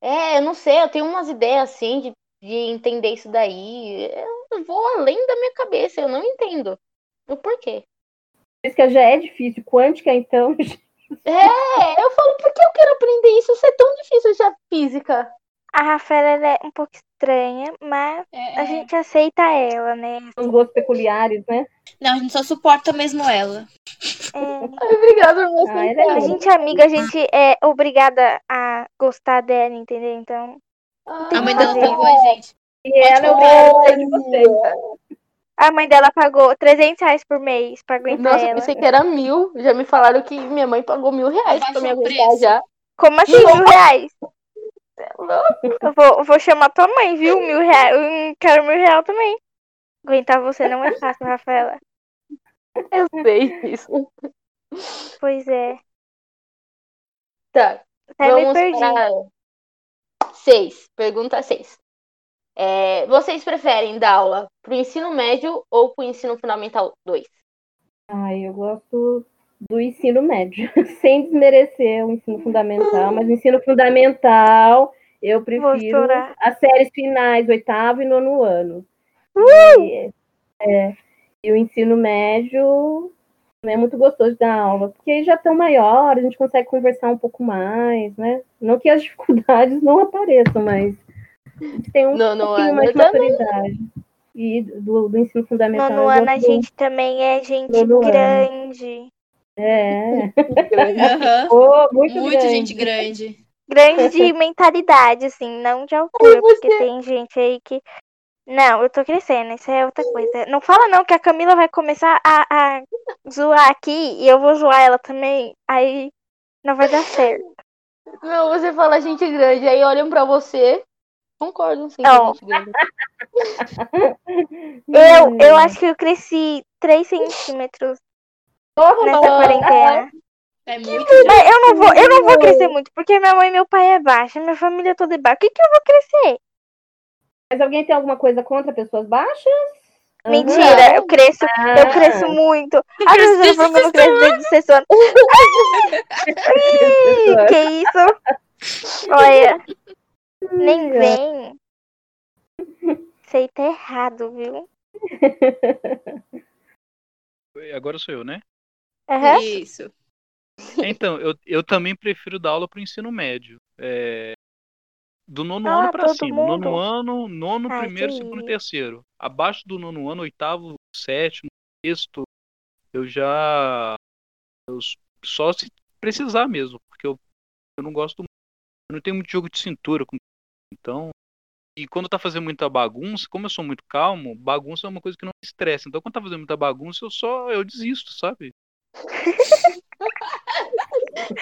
[SPEAKER 2] É, eu não sei, eu tenho umas ideias assim de, de entender isso daí. Eu vou além da minha cabeça, eu não entendo. O porquê.
[SPEAKER 4] Física já é difícil. Quântica, então.
[SPEAKER 2] É, eu falo, por que eu quero aprender isso? Isso é tão difícil já física.
[SPEAKER 1] A Rafaela ela é um pouco estranha, mas
[SPEAKER 3] É,
[SPEAKER 1] a
[SPEAKER 3] é.
[SPEAKER 1] gente aceita ela, né?
[SPEAKER 4] Os gostos peculiares, né?
[SPEAKER 3] é. Não, a gente só suporta mesmo ela.
[SPEAKER 1] É.
[SPEAKER 2] Ai, obrigada por me
[SPEAKER 4] Ah, é
[SPEAKER 2] aceitar.
[SPEAKER 1] A gente é amiga, a gente é obrigada a gostar dela, entendeu? Então.
[SPEAKER 3] A mãe
[SPEAKER 1] que
[SPEAKER 3] dela
[SPEAKER 1] fazer.
[SPEAKER 3] pagou a gente.
[SPEAKER 4] E ela
[SPEAKER 2] Ai,
[SPEAKER 4] é obrigada a sair de vocês.
[SPEAKER 1] A mãe dela pagou 300 reais por mês pra aguentar
[SPEAKER 2] Nossa, eu
[SPEAKER 1] ela.
[SPEAKER 2] pensei que era mil. Já me falaram que minha mãe pagou mil reais pra
[SPEAKER 3] Abaixou
[SPEAKER 2] me
[SPEAKER 3] o
[SPEAKER 2] aguentar
[SPEAKER 3] preço.
[SPEAKER 2] já.
[SPEAKER 1] Como assim, mil reais? Eu vou, eu vou chamar tua mãe, viu? Mil reais. Eu não quero mil real também. Aguentar você não é fácil, Rafaela.
[SPEAKER 2] Eu sei disso.
[SPEAKER 1] Pois é.
[SPEAKER 2] Tá,
[SPEAKER 1] Até me
[SPEAKER 2] vamos
[SPEAKER 1] perdi.
[SPEAKER 2] para... Seis. Pergunta seis. É, vocês preferem dar aula pro ensino médio ou pro ensino fundamental 2?
[SPEAKER 4] Ai, eu gosto do ensino médio, sem desmerecer o ensino fundamental, mas o ensino fundamental eu prefiro
[SPEAKER 1] estourar.
[SPEAKER 4] as séries finais, oitavo e nono ano. E, é, e o ensino médio é muito gostoso da aula, porque aí já estão maiores, a gente consegue conversar um pouco mais, né? Não que as dificuldades não apareçam, mas a gente tem um
[SPEAKER 2] Não, é, não,
[SPEAKER 4] pouquinho
[SPEAKER 3] é
[SPEAKER 2] Ana,
[SPEAKER 4] mais de
[SPEAKER 2] eu também.
[SPEAKER 4] maturidade. E do, do ensino fundamental.
[SPEAKER 1] Nono
[SPEAKER 4] eu
[SPEAKER 1] ano a
[SPEAKER 4] gosto do-
[SPEAKER 1] é gente também é gente
[SPEAKER 4] Nono ano.
[SPEAKER 1] grande.
[SPEAKER 4] É.
[SPEAKER 3] Aham.
[SPEAKER 4] Ô, muito,
[SPEAKER 3] Muito
[SPEAKER 4] grande.
[SPEAKER 3] gente grande.
[SPEAKER 1] Grande de mentalidade, assim, não de altura. Porque tem gente aí que. Não, eu tô crescendo, isso é outra coisa. Não fala não, que a Camila vai começar a, a zoar aqui e eu vou zoar ela também. Aí não vai dar certo.
[SPEAKER 2] Não, você fala gente grande, aí olham pra você. Concordam sim,
[SPEAKER 1] Não.
[SPEAKER 2] com gente grande.
[SPEAKER 1] Eu,
[SPEAKER 4] Uhum.
[SPEAKER 1] eu acho que eu cresci 3 centímetros nessa
[SPEAKER 2] Nossa,
[SPEAKER 1] quarentena.
[SPEAKER 3] É muito
[SPEAKER 1] Mas eu não vou, eu não vou crescer muito, porque minha mãe e meu pai é baixa, minha família toda é baixa. O que, que eu vou crescer?
[SPEAKER 4] Mas alguém tem alguma coisa contra pessoas baixas? Ah.
[SPEAKER 1] Mentira, eu cresço, eu cresço muito. As pessoas falam que Ah. eu não cresço desde 6 anos. Ih, que isso? Olha, nem vem. Isso aí tá errado, viu?
[SPEAKER 5] Agora sou eu, né?
[SPEAKER 1] Aham.
[SPEAKER 3] Isso.
[SPEAKER 5] Então, eu, eu também prefiro dar aula pro ensino médio. É, do nono
[SPEAKER 1] Ah,
[SPEAKER 5] ano pra
[SPEAKER 1] todo
[SPEAKER 5] cima.
[SPEAKER 1] mundo?
[SPEAKER 5] Nono ano, nono,
[SPEAKER 1] Ah,
[SPEAKER 5] primeiro,
[SPEAKER 1] entendi.
[SPEAKER 5] segundo e terceiro. Abaixo do nono ano, oitavo, sétimo, sexto, eu já. eu s- só se precisar mesmo, porque eu, eu não gosto muito. Eu não tenho muito jogo de cintura. com- Então. E quando tá fazendo muita bagunça, como eu sou muito calmo, bagunça é uma coisa que não me estressa. Então quando tá fazendo muita bagunça, eu só. eu desisto, sabe?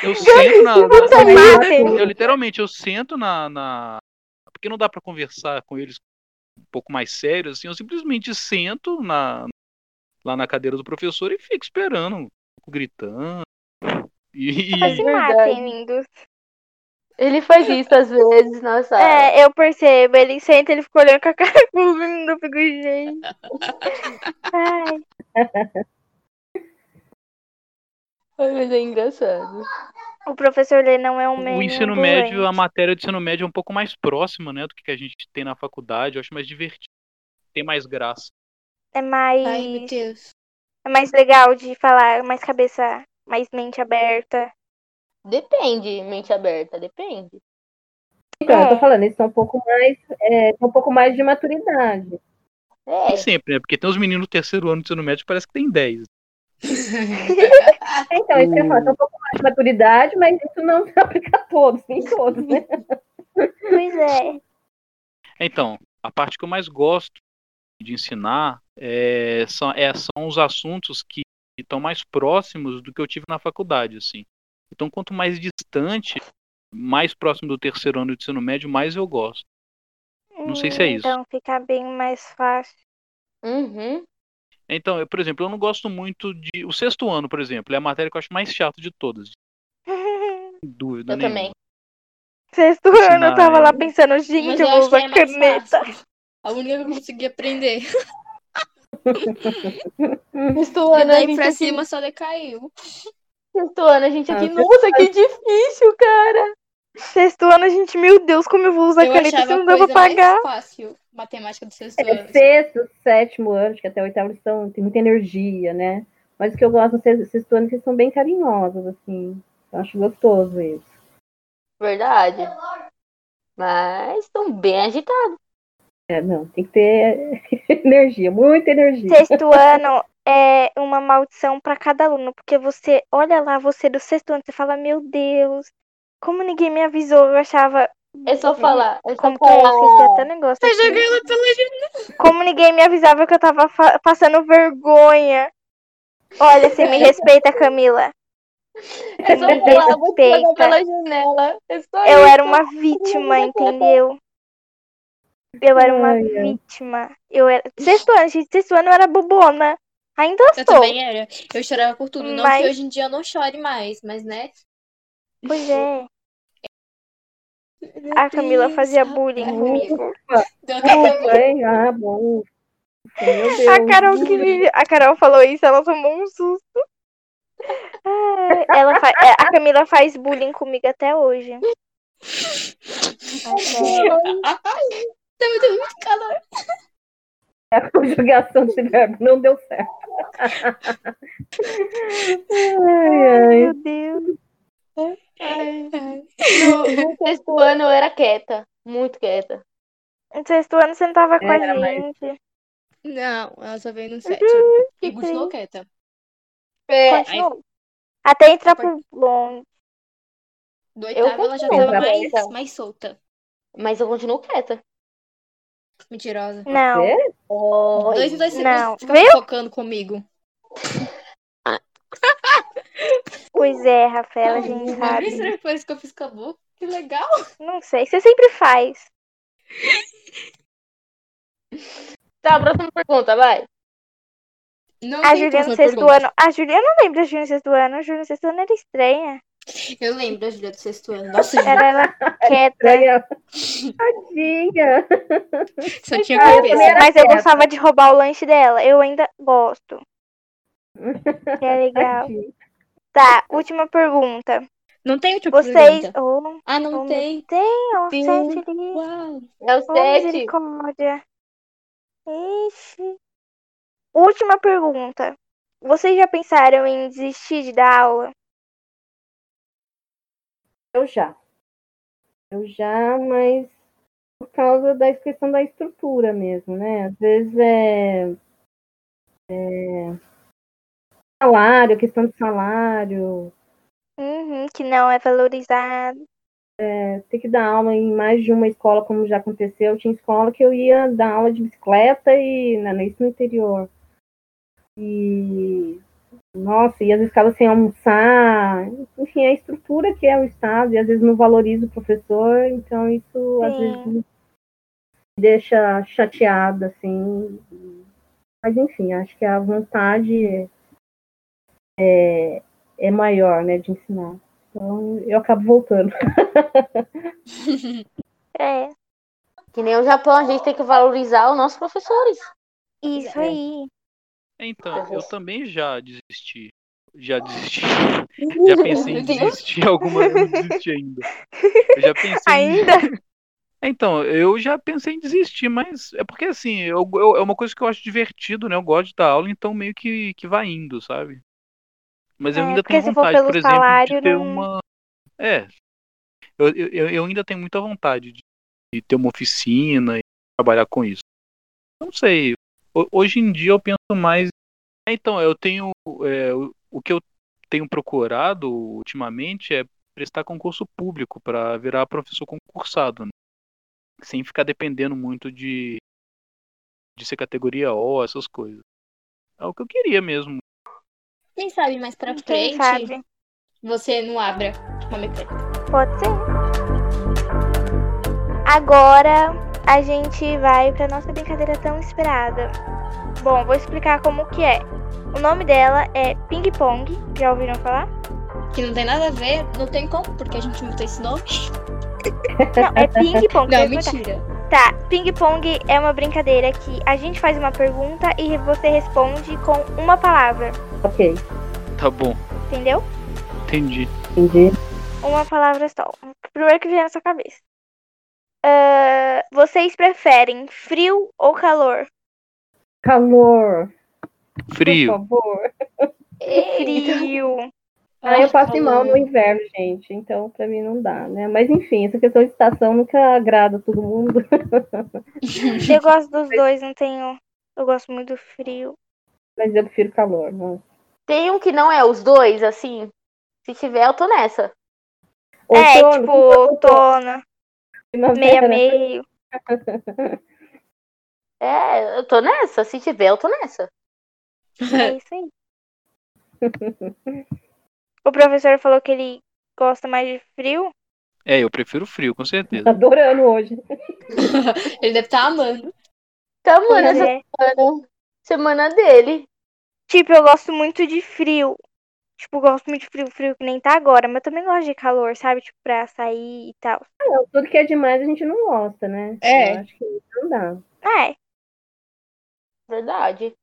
[SPEAKER 5] eu sento na. na-
[SPEAKER 1] Vamos tomar,
[SPEAKER 5] eu literalmente, eu sento na, na- Porque não dá pra conversar com eles um pouco mais sério, assim, eu simplesmente sento na... lá na cadeira do professor e fico esperando, fico gritando. E, e-
[SPEAKER 1] se matem,
[SPEAKER 2] Verdade.
[SPEAKER 1] lindos.
[SPEAKER 2] Ele faz isso às vezes na sala.
[SPEAKER 1] É, eu percebo. Ele senta, ele fica olhando com a cara comigo, eu fico, gente. Ai,
[SPEAKER 2] Ai, Mas é engraçado.
[SPEAKER 1] o professor Lê não é um meme.
[SPEAKER 5] o ensino
[SPEAKER 1] ambulante.
[SPEAKER 5] médio, a matéria de ensino médio é um pouco mais próxima, né, do que a gente tem na faculdade, eu acho mais divertido, tem mais graça.
[SPEAKER 1] É mais.
[SPEAKER 3] Ai, meu Deus.
[SPEAKER 1] É mais legal de falar, é mais cabeça, mais mente aberta.
[SPEAKER 2] Depende, mente aberta, depende.
[SPEAKER 4] Então, eu
[SPEAKER 1] É.
[SPEAKER 4] tô falando, eles são um pouco mais, é, têm um pouco mais de maturidade.
[SPEAKER 2] É,
[SPEAKER 5] Nem sempre, né, porque tem uns meninos do terceiro ano do ensino médio que parece que tem 10.
[SPEAKER 4] É, Então, isso que eu ia falar, tem um pouco mais de maturidade, mas isso não se aplica a todos, nem todos, né?
[SPEAKER 1] Pois é.
[SPEAKER 5] Então, a parte que eu mais gosto de ensinar é, são, é- são os assuntos que estão mais próximos do que eu tive na faculdade, assim. Então, quanto mais distante, mais próximo do terceiro ano de ensino médio, mais eu gosto. Não sei se é
[SPEAKER 1] Hum,
[SPEAKER 5] isso.
[SPEAKER 1] Então fica bem mais fácil.
[SPEAKER 2] uhum.
[SPEAKER 5] Então, eu, por exemplo, eu não gosto muito de... O sexto ano, por exemplo, é a matéria que eu acho mais chata de todas, sem dúvida
[SPEAKER 2] Eu
[SPEAKER 5] nenhuma.
[SPEAKER 2] também.
[SPEAKER 1] Sexto
[SPEAKER 5] Ensinar,
[SPEAKER 1] ano eu tava lá
[SPEAKER 5] né?
[SPEAKER 1] pensando,
[SPEAKER 3] Mas
[SPEAKER 1] gente, eu
[SPEAKER 3] eu
[SPEAKER 1] vou
[SPEAKER 3] acho que é
[SPEAKER 1] usar
[SPEAKER 3] mais
[SPEAKER 1] caneta.
[SPEAKER 3] fácil. A única que eu consegui aprender.
[SPEAKER 2] Sexto ano,
[SPEAKER 3] E
[SPEAKER 2] a
[SPEAKER 3] daí pra
[SPEAKER 1] tipo assim,
[SPEAKER 2] gente assim,
[SPEAKER 3] cima só decaiu.
[SPEAKER 2] Sexto ano, a gente aqui,
[SPEAKER 4] Ah,
[SPEAKER 2] nossa, que difícil, cara.
[SPEAKER 1] Sexto ano, gente, meu Deus, como eu vou usar
[SPEAKER 3] Eu
[SPEAKER 1] caneta
[SPEAKER 3] achava
[SPEAKER 1] se
[SPEAKER 3] a
[SPEAKER 1] não dá
[SPEAKER 3] coisa
[SPEAKER 1] pra pagar?
[SPEAKER 3] mais fácil matemática do sexto
[SPEAKER 4] É,
[SPEAKER 3] ano.
[SPEAKER 4] sexto, sétimo ano, acho que até oitavo eles são, tem muita energia, né? Mas o que eu gosto no sexto, sexto ano é que eles são bem carinhosos, assim. Eu acho gostoso isso.
[SPEAKER 2] Verdade. Mas estão bem agitados.
[SPEAKER 4] É, não, tem que ter energia, muita energia.
[SPEAKER 1] Sexto ano é uma maldição pra cada aluno, porque você olha lá, você do sexto ano, você fala, meu Deus, como ninguém me avisou, eu achava.
[SPEAKER 2] É só falar. É só
[SPEAKER 1] Como que eu
[SPEAKER 2] falar.
[SPEAKER 1] esqueci até o negócio. aqui. né?"
[SPEAKER 3] pela gente.
[SPEAKER 1] Como ninguém me avisava que eu tava fa- passando vergonha. Olha, você me respeita, Camila.
[SPEAKER 2] É só
[SPEAKER 1] Me
[SPEAKER 2] falar, vou te
[SPEAKER 1] respeita.
[SPEAKER 2] jogar pela janela. É só
[SPEAKER 1] Eu
[SPEAKER 2] isso.
[SPEAKER 1] era
[SPEAKER 4] tá
[SPEAKER 1] uma vítima, entendeu? Eu era uma
[SPEAKER 4] Ai, ai.
[SPEAKER 1] vítima. Eu era. Sexto ano, gente, sexto ano eu era bobona. Ainda
[SPEAKER 3] Eu
[SPEAKER 1] sou.
[SPEAKER 3] também era. Eu chorava por tudo. Não
[SPEAKER 1] Mas-
[SPEAKER 3] que hoje em dia eu não chore mais, mas né?
[SPEAKER 1] Pois é. A Camila fazia bullying
[SPEAKER 3] rapaz.
[SPEAKER 1] comigo.
[SPEAKER 3] Deu até
[SPEAKER 4] Ufa, hein? Ah, bom. Ufa, Meu Deus.
[SPEAKER 1] É. A Carol que me- a Carol falou isso, ela tomou um susto. Ai, Ela fa- é, A Camila faz bullying comigo até hoje. Mas é.
[SPEAKER 3] Deu deu muito calor.
[SPEAKER 4] É A conjugação desse verbo não deu certo. ai, ai.
[SPEAKER 1] Meu Deus.
[SPEAKER 2] No, no sexto ano eu era quieta. Muito quieta.
[SPEAKER 1] No sexto ano você não tava com a
[SPEAKER 4] Era, mas-
[SPEAKER 1] gente.
[SPEAKER 3] Não, ela só veio no sétimo.
[SPEAKER 1] Uhum.
[SPEAKER 3] E continuou quieta.
[SPEAKER 2] É,
[SPEAKER 1] Continua. Até entrar pro blonde.
[SPEAKER 3] Do oitavo ela já tava
[SPEAKER 4] continuo,
[SPEAKER 3] mais,
[SPEAKER 2] então.
[SPEAKER 3] mais solta.
[SPEAKER 2] mas eu continuo quieta.
[SPEAKER 3] Mentirosa.
[SPEAKER 1] Não. né?
[SPEAKER 4] É?
[SPEAKER 3] Dois em dois
[SPEAKER 1] Não.
[SPEAKER 3] segundos fica
[SPEAKER 1] Viu?
[SPEAKER 3] focando comigo.
[SPEAKER 1] Pois é, Rafaela, a gente
[SPEAKER 3] Uma
[SPEAKER 1] sabe.
[SPEAKER 3] vez será que foi isso que eu fiz com a boca? Que legal.
[SPEAKER 1] Não sei. Você sempre faz.
[SPEAKER 2] Tá, próxima pergunta, vai.
[SPEAKER 3] Não
[SPEAKER 1] A
[SPEAKER 3] tem
[SPEAKER 1] Juliana
[SPEAKER 3] próxima
[SPEAKER 1] no é sexto
[SPEAKER 3] então pergunta.
[SPEAKER 1] ano. A Juliana eu não lembro da Juliana no sexto ano. A Juliana no sexto ano era estranha.
[SPEAKER 3] Eu lembro, a Julia do sexto ano. Nossa, Julia,
[SPEAKER 1] Era ela quieta.
[SPEAKER 4] Estranha. Tadinha.
[SPEAKER 3] só tinha
[SPEAKER 4] Ah, eu também
[SPEAKER 3] cabeça.
[SPEAKER 4] era
[SPEAKER 1] Mas eu
[SPEAKER 4] quieta.
[SPEAKER 1] gostava de roubar o lanche dela. Eu ainda gosto. É legal.
[SPEAKER 4] Tadinha.
[SPEAKER 1] Tá, última pergunta.
[SPEAKER 3] Não tem outra
[SPEAKER 1] Vocês.
[SPEAKER 3] pergunta?
[SPEAKER 1] Oh,
[SPEAKER 3] Ah,
[SPEAKER 1] oh,
[SPEAKER 3] não
[SPEAKER 1] meu
[SPEAKER 3] tem?
[SPEAKER 1] Deus,
[SPEAKER 3] Tem
[SPEAKER 1] sete ali.
[SPEAKER 3] Uau.
[SPEAKER 2] É o
[SPEAKER 1] Oh,
[SPEAKER 2] sete.
[SPEAKER 1] misericórdia. Ixi. Última pergunta. Vocês já pensaram em desistir de dar aula?
[SPEAKER 4] Eu já. Eu já, mas por causa da questão da estrutura mesmo, né? Às vezes é. é, Salário, questão de salário,
[SPEAKER 1] Uhum, que não é valorizado.
[SPEAKER 4] é, ter que dar aula em mais de uma escola, como já aconteceu. Tinha escola que eu ia dar aula de bicicleta e na isso no interior. E nossa, e às vezes ficava sem almoçar. Enfim, a estrutura que é o Estado, e às vezes não valoriza o professor, então isso às
[SPEAKER 1] Sim.
[SPEAKER 4] vezes me deixa chateada, assim. Mas enfim, acho que a vontade é, é maior, né, de ensinar. Então eu acabo voltando.
[SPEAKER 1] É,
[SPEAKER 2] Que nem o Japão, a gente tem que valorizar os nossos professores.
[SPEAKER 1] isso
[SPEAKER 4] é.
[SPEAKER 1] aí.
[SPEAKER 5] Então, eu
[SPEAKER 2] Uhum.
[SPEAKER 5] também já desisti. Já desisti. Já pensei em
[SPEAKER 3] Meu Deus.
[SPEAKER 5] desistir alguma vez, não desisti ainda. Eu já pensei em
[SPEAKER 1] Ainda?
[SPEAKER 5] Então, eu já pensei em desistir, mas é porque assim, eu- eu- é uma coisa que eu acho divertido, né? Eu gosto de dar aula, então meio que, que vai indo, sabe? Mas eu
[SPEAKER 1] É,
[SPEAKER 5] ainda
[SPEAKER 1] porque
[SPEAKER 5] tenho
[SPEAKER 1] se for
[SPEAKER 5] vontade,
[SPEAKER 1] pelo
[SPEAKER 5] por exemplo,
[SPEAKER 1] salário,
[SPEAKER 5] de ter
[SPEAKER 1] não-
[SPEAKER 5] uma. É. Eu, eu- eu, eu ainda tenho muita vontade de, de ter uma oficina e trabalhar com isso. Não sei. ho- Hoje em dia eu penso mais. É, Então, eu tenho. é, o- o que eu tenho procurado ultimamente é prestar concurso público para virar professor concursado, né? sem ficar dependendo muito de de ser categoria O, essas coisas. É o que eu queria mesmo.
[SPEAKER 3] Quem sabe mais pra
[SPEAKER 1] Quem
[SPEAKER 3] frente
[SPEAKER 1] sabe?
[SPEAKER 3] você não abra uma mecânica.
[SPEAKER 1] Pode ser. Agora a gente vai para nossa brincadeira tão esperada. Bom, vou explicar como que é. O nome dela é Ping Pong. Já ouviram falar?
[SPEAKER 3] Que não tem nada a ver, não tem como, porque a gente mudou esse nome.
[SPEAKER 1] Não, é Ping Pong. eu
[SPEAKER 3] Não,
[SPEAKER 1] ia cortar.
[SPEAKER 3] mentira.
[SPEAKER 1] Tá, ping-pong é uma brincadeira que a gente faz uma pergunta e você responde com uma palavra,
[SPEAKER 4] Ok,
[SPEAKER 5] Tá bom,
[SPEAKER 1] entendeu?
[SPEAKER 5] entendi.
[SPEAKER 4] entendi.
[SPEAKER 1] Uma palavra só. Primeiro que vier na sua cabeça. Ah, vocês preferem frio ou calor?
[SPEAKER 4] Calor,
[SPEAKER 5] Frio.
[SPEAKER 4] por favor.
[SPEAKER 1] Frio.
[SPEAKER 4] Ah, eu passo mal
[SPEAKER 3] calor.
[SPEAKER 4] no inverno, gente, então pra mim não dá, né? Mas enfim, essa questão de estação nunca agrada todo mundo.
[SPEAKER 1] Eu gosto dos dois, não tenho. Eu gosto muito do frio.
[SPEAKER 4] Mas eu prefiro calor. né? Não.
[SPEAKER 2] Tem um que não é os dois, assim. Se tiver, eu tô nessa.
[SPEAKER 1] é,
[SPEAKER 4] Outono, tá
[SPEAKER 1] tipo,
[SPEAKER 4] outono, Tá né?
[SPEAKER 1] outono, meia
[SPEAKER 4] primavera.
[SPEAKER 1] meio.
[SPEAKER 4] né?
[SPEAKER 2] É, eu tô nessa. Se tiver, eu tô nessa.
[SPEAKER 1] É isso aí. o professor falou que ele gosta mais de frio.
[SPEAKER 5] É, eu prefiro frio, com
[SPEAKER 4] Tá
[SPEAKER 5] certeza.
[SPEAKER 4] adorando hoje. Então,
[SPEAKER 3] Ele deve estar amando.
[SPEAKER 2] Tá, mano, essa
[SPEAKER 1] É.
[SPEAKER 2] semana, semana dele.
[SPEAKER 1] Tipo, eu gosto muito de frio. Tipo, eu gosto muito de frio, frio que nem tá agora. Mas eu também gosto de calor, sabe? Tipo, pra sair e tal.
[SPEAKER 4] Não, tudo que é demais a gente não gosta, né?
[SPEAKER 3] É.
[SPEAKER 4] Eu acho que não dá.
[SPEAKER 1] Ah, é.
[SPEAKER 2] Verdade.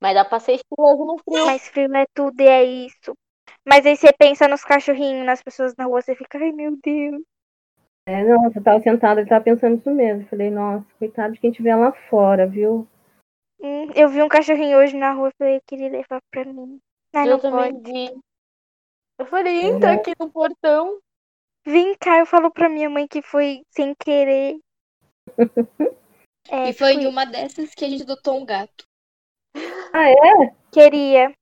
[SPEAKER 2] Mas dá pra ser estiloso no frio.
[SPEAKER 1] Mas frio é tudo e é isso. Mas aí você pensa nos cachorrinhos, nas pessoas na rua, você fica, ai meu Deus.
[SPEAKER 4] É, não, eu tava sentada, ele tava pensando isso mesmo. Eu Falei, nossa, coitado de quem tiver lá fora, viu?
[SPEAKER 1] Hum, eu vi um cachorrinho hoje na rua e falei, eu queria levar pra mim. Ai, não
[SPEAKER 2] Eu
[SPEAKER 1] pode.
[SPEAKER 2] também vi. Eu falei, entra aqui no portão.
[SPEAKER 1] Vem cá, eu falo pra minha mãe que foi sem querer. É,
[SPEAKER 3] E foi um
[SPEAKER 1] fui.
[SPEAKER 3] em uma dessas que a gente adotou um gato.
[SPEAKER 4] Ah, é?
[SPEAKER 1] Queria.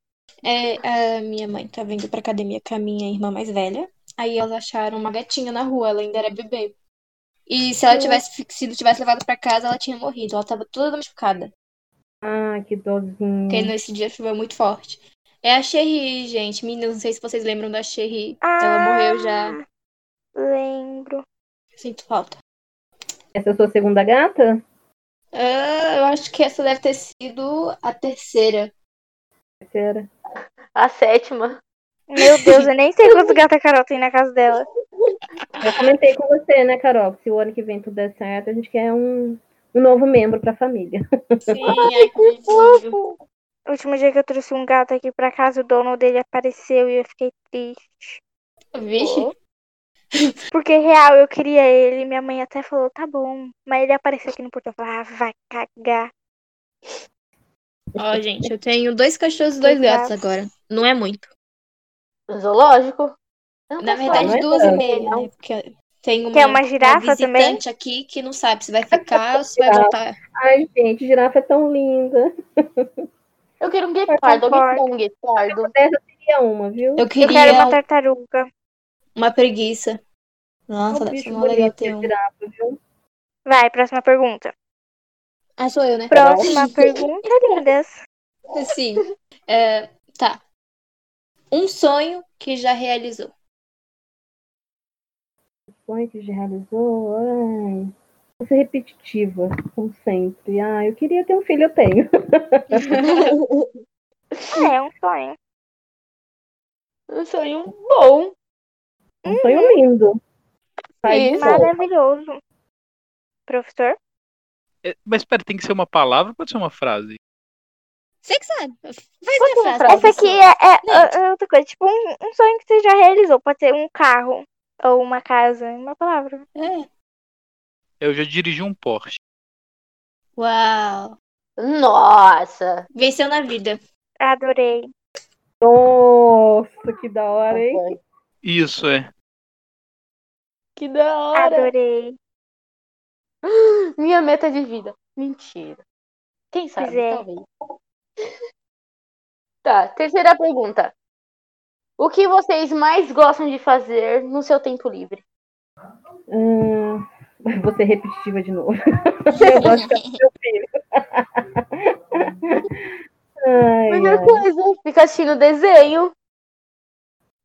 [SPEAKER 3] É, a minha mãe tá vindo pra academia com a minha irmã mais velha. Aí elas acharam uma gatinha na rua, ela ainda era bebê. E se ela tivesse fi- sido tivesse levado pra casa, ela tinha morrido. Ela tava toda machucada.
[SPEAKER 4] Ah, que
[SPEAKER 3] Porque
[SPEAKER 4] dozinho.
[SPEAKER 3] nesse dia choveu muito forte. É a Sherry, gente. Meninas, não sei se vocês lembram da Sherry. Ela
[SPEAKER 1] Ah.
[SPEAKER 3] morreu já.
[SPEAKER 1] Lembro.
[SPEAKER 3] Sinto falta.
[SPEAKER 4] Essa é a sua segunda gata?
[SPEAKER 3] Ah, eu acho que essa deve ter sido a terceira.
[SPEAKER 4] Terceira.
[SPEAKER 2] A sétima.
[SPEAKER 1] Meu Deus, eu nem sei quantos gatos a Carol tem na casa dela.
[SPEAKER 4] Eu comentei com você, né, Carol? que Se o ano que vem tudo der certo, a gente quer um, um novo membro pra família.
[SPEAKER 3] Sim, ai, que fofo.
[SPEAKER 1] Fofo. O último dia que eu trouxe um gato aqui pra casa, o dono dele apareceu e eu fiquei triste.
[SPEAKER 3] Vixe,
[SPEAKER 1] Porque, real, eu queria ele. Minha mãe até falou, tá bom. Mas ele apareceu aqui no portão e falou, ah, vai cagar.
[SPEAKER 3] ó, gente, eu tenho dois cachorros e dois
[SPEAKER 1] Dois
[SPEAKER 3] gatos
[SPEAKER 1] gatos.
[SPEAKER 3] agora. Não é muito.
[SPEAKER 2] Zoológico? Não,
[SPEAKER 3] Na
[SPEAKER 2] tá
[SPEAKER 4] não
[SPEAKER 3] verdade,
[SPEAKER 4] é
[SPEAKER 3] duas e
[SPEAKER 4] tanto,
[SPEAKER 3] meia, né? Porque tem uma,
[SPEAKER 1] Tem uma girafa também?
[SPEAKER 3] visitante aqui que não sabe se vai ficar ou se vai
[SPEAKER 4] Girafa.
[SPEAKER 3] voltar.
[SPEAKER 4] Ai, gente, girafa é tão linda.
[SPEAKER 2] fora. Eu quero um guepardo. Alguém
[SPEAKER 1] Concordo.
[SPEAKER 2] quer um guepardo?
[SPEAKER 4] Dessa seria uma, viu?
[SPEAKER 3] Eu
[SPEAKER 1] Eu
[SPEAKER 3] queria
[SPEAKER 1] quero uma tartaruga.
[SPEAKER 3] uma preguiça.
[SPEAKER 4] É um
[SPEAKER 3] Nossa, tá deve
[SPEAKER 4] bicho
[SPEAKER 3] ser mó legal
[SPEAKER 4] bonito,
[SPEAKER 3] ter um.
[SPEAKER 4] girafa, viu?
[SPEAKER 1] Vai, próxima pergunta.
[SPEAKER 3] Ah, sou eu, né?
[SPEAKER 1] Próxima pergunta, lindas.
[SPEAKER 3] Sim. É, tá. Um sonho que já realizou.
[SPEAKER 4] sonho que já realizou. Ai, vou ser repetitiva, como sempre. Ah, eu queria ter um filho, eu tenho.
[SPEAKER 1] É, é um sonho.
[SPEAKER 2] Um sonho bom.
[SPEAKER 4] Um
[SPEAKER 3] Uhum.
[SPEAKER 4] sonho lindo. Pai de
[SPEAKER 2] Isso.
[SPEAKER 4] sol.
[SPEAKER 1] Maravilhoso. Professor?
[SPEAKER 5] É, Mas pera, tem que ser uma palavra ou pode ser uma frase?
[SPEAKER 3] Você que sabe. Faz
[SPEAKER 2] Pode
[SPEAKER 3] minha
[SPEAKER 2] ser uma
[SPEAKER 3] frase.
[SPEAKER 1] Essa aqui é,
[SPEAKER 3] Gente.
[SPEAKER 1] é- é outra coisa. Tipo, um, um sonho que você já realizou. Pode ser um carro ou uma casa. Uma palavra.
[SPEAKER 3] É.
[SPEAKER 5] Eu já dirigi um Porsche.
[SPEAKER 3] Uau.
[SPEAKER 2] Nossa.
[SPEAKER 3] Venceu na vida.
[SPEAKER 1] Adorei.
[SPEAKER 4] Nossa, que da hora, hein?
[SPEAKER 5] Isso, é.
[SPEAKER 2] Que da hora.
[SPEAKER 1] Adorei.
[SPEAKER 2] Ah, Minha meta de vida. Mentira. Quem sabe?
[SPEAKER 1] é.
[SPEAKER 2] Talvez. Tá, terceira pergunta. O que vocês mais gostam de fazer no seu tempo livre?
[SPEAKER 4] Hum,
[SPEAKER 3] Uhum.
[SPEAKER 4] vou ser repetitiva de novo. eu gosto de ter meu filho. Ai,
[SPEAKER 2] Primeira
[SPEAKER 4] ai.
[SPEAKER 2] coisa, fica assistindo desenho.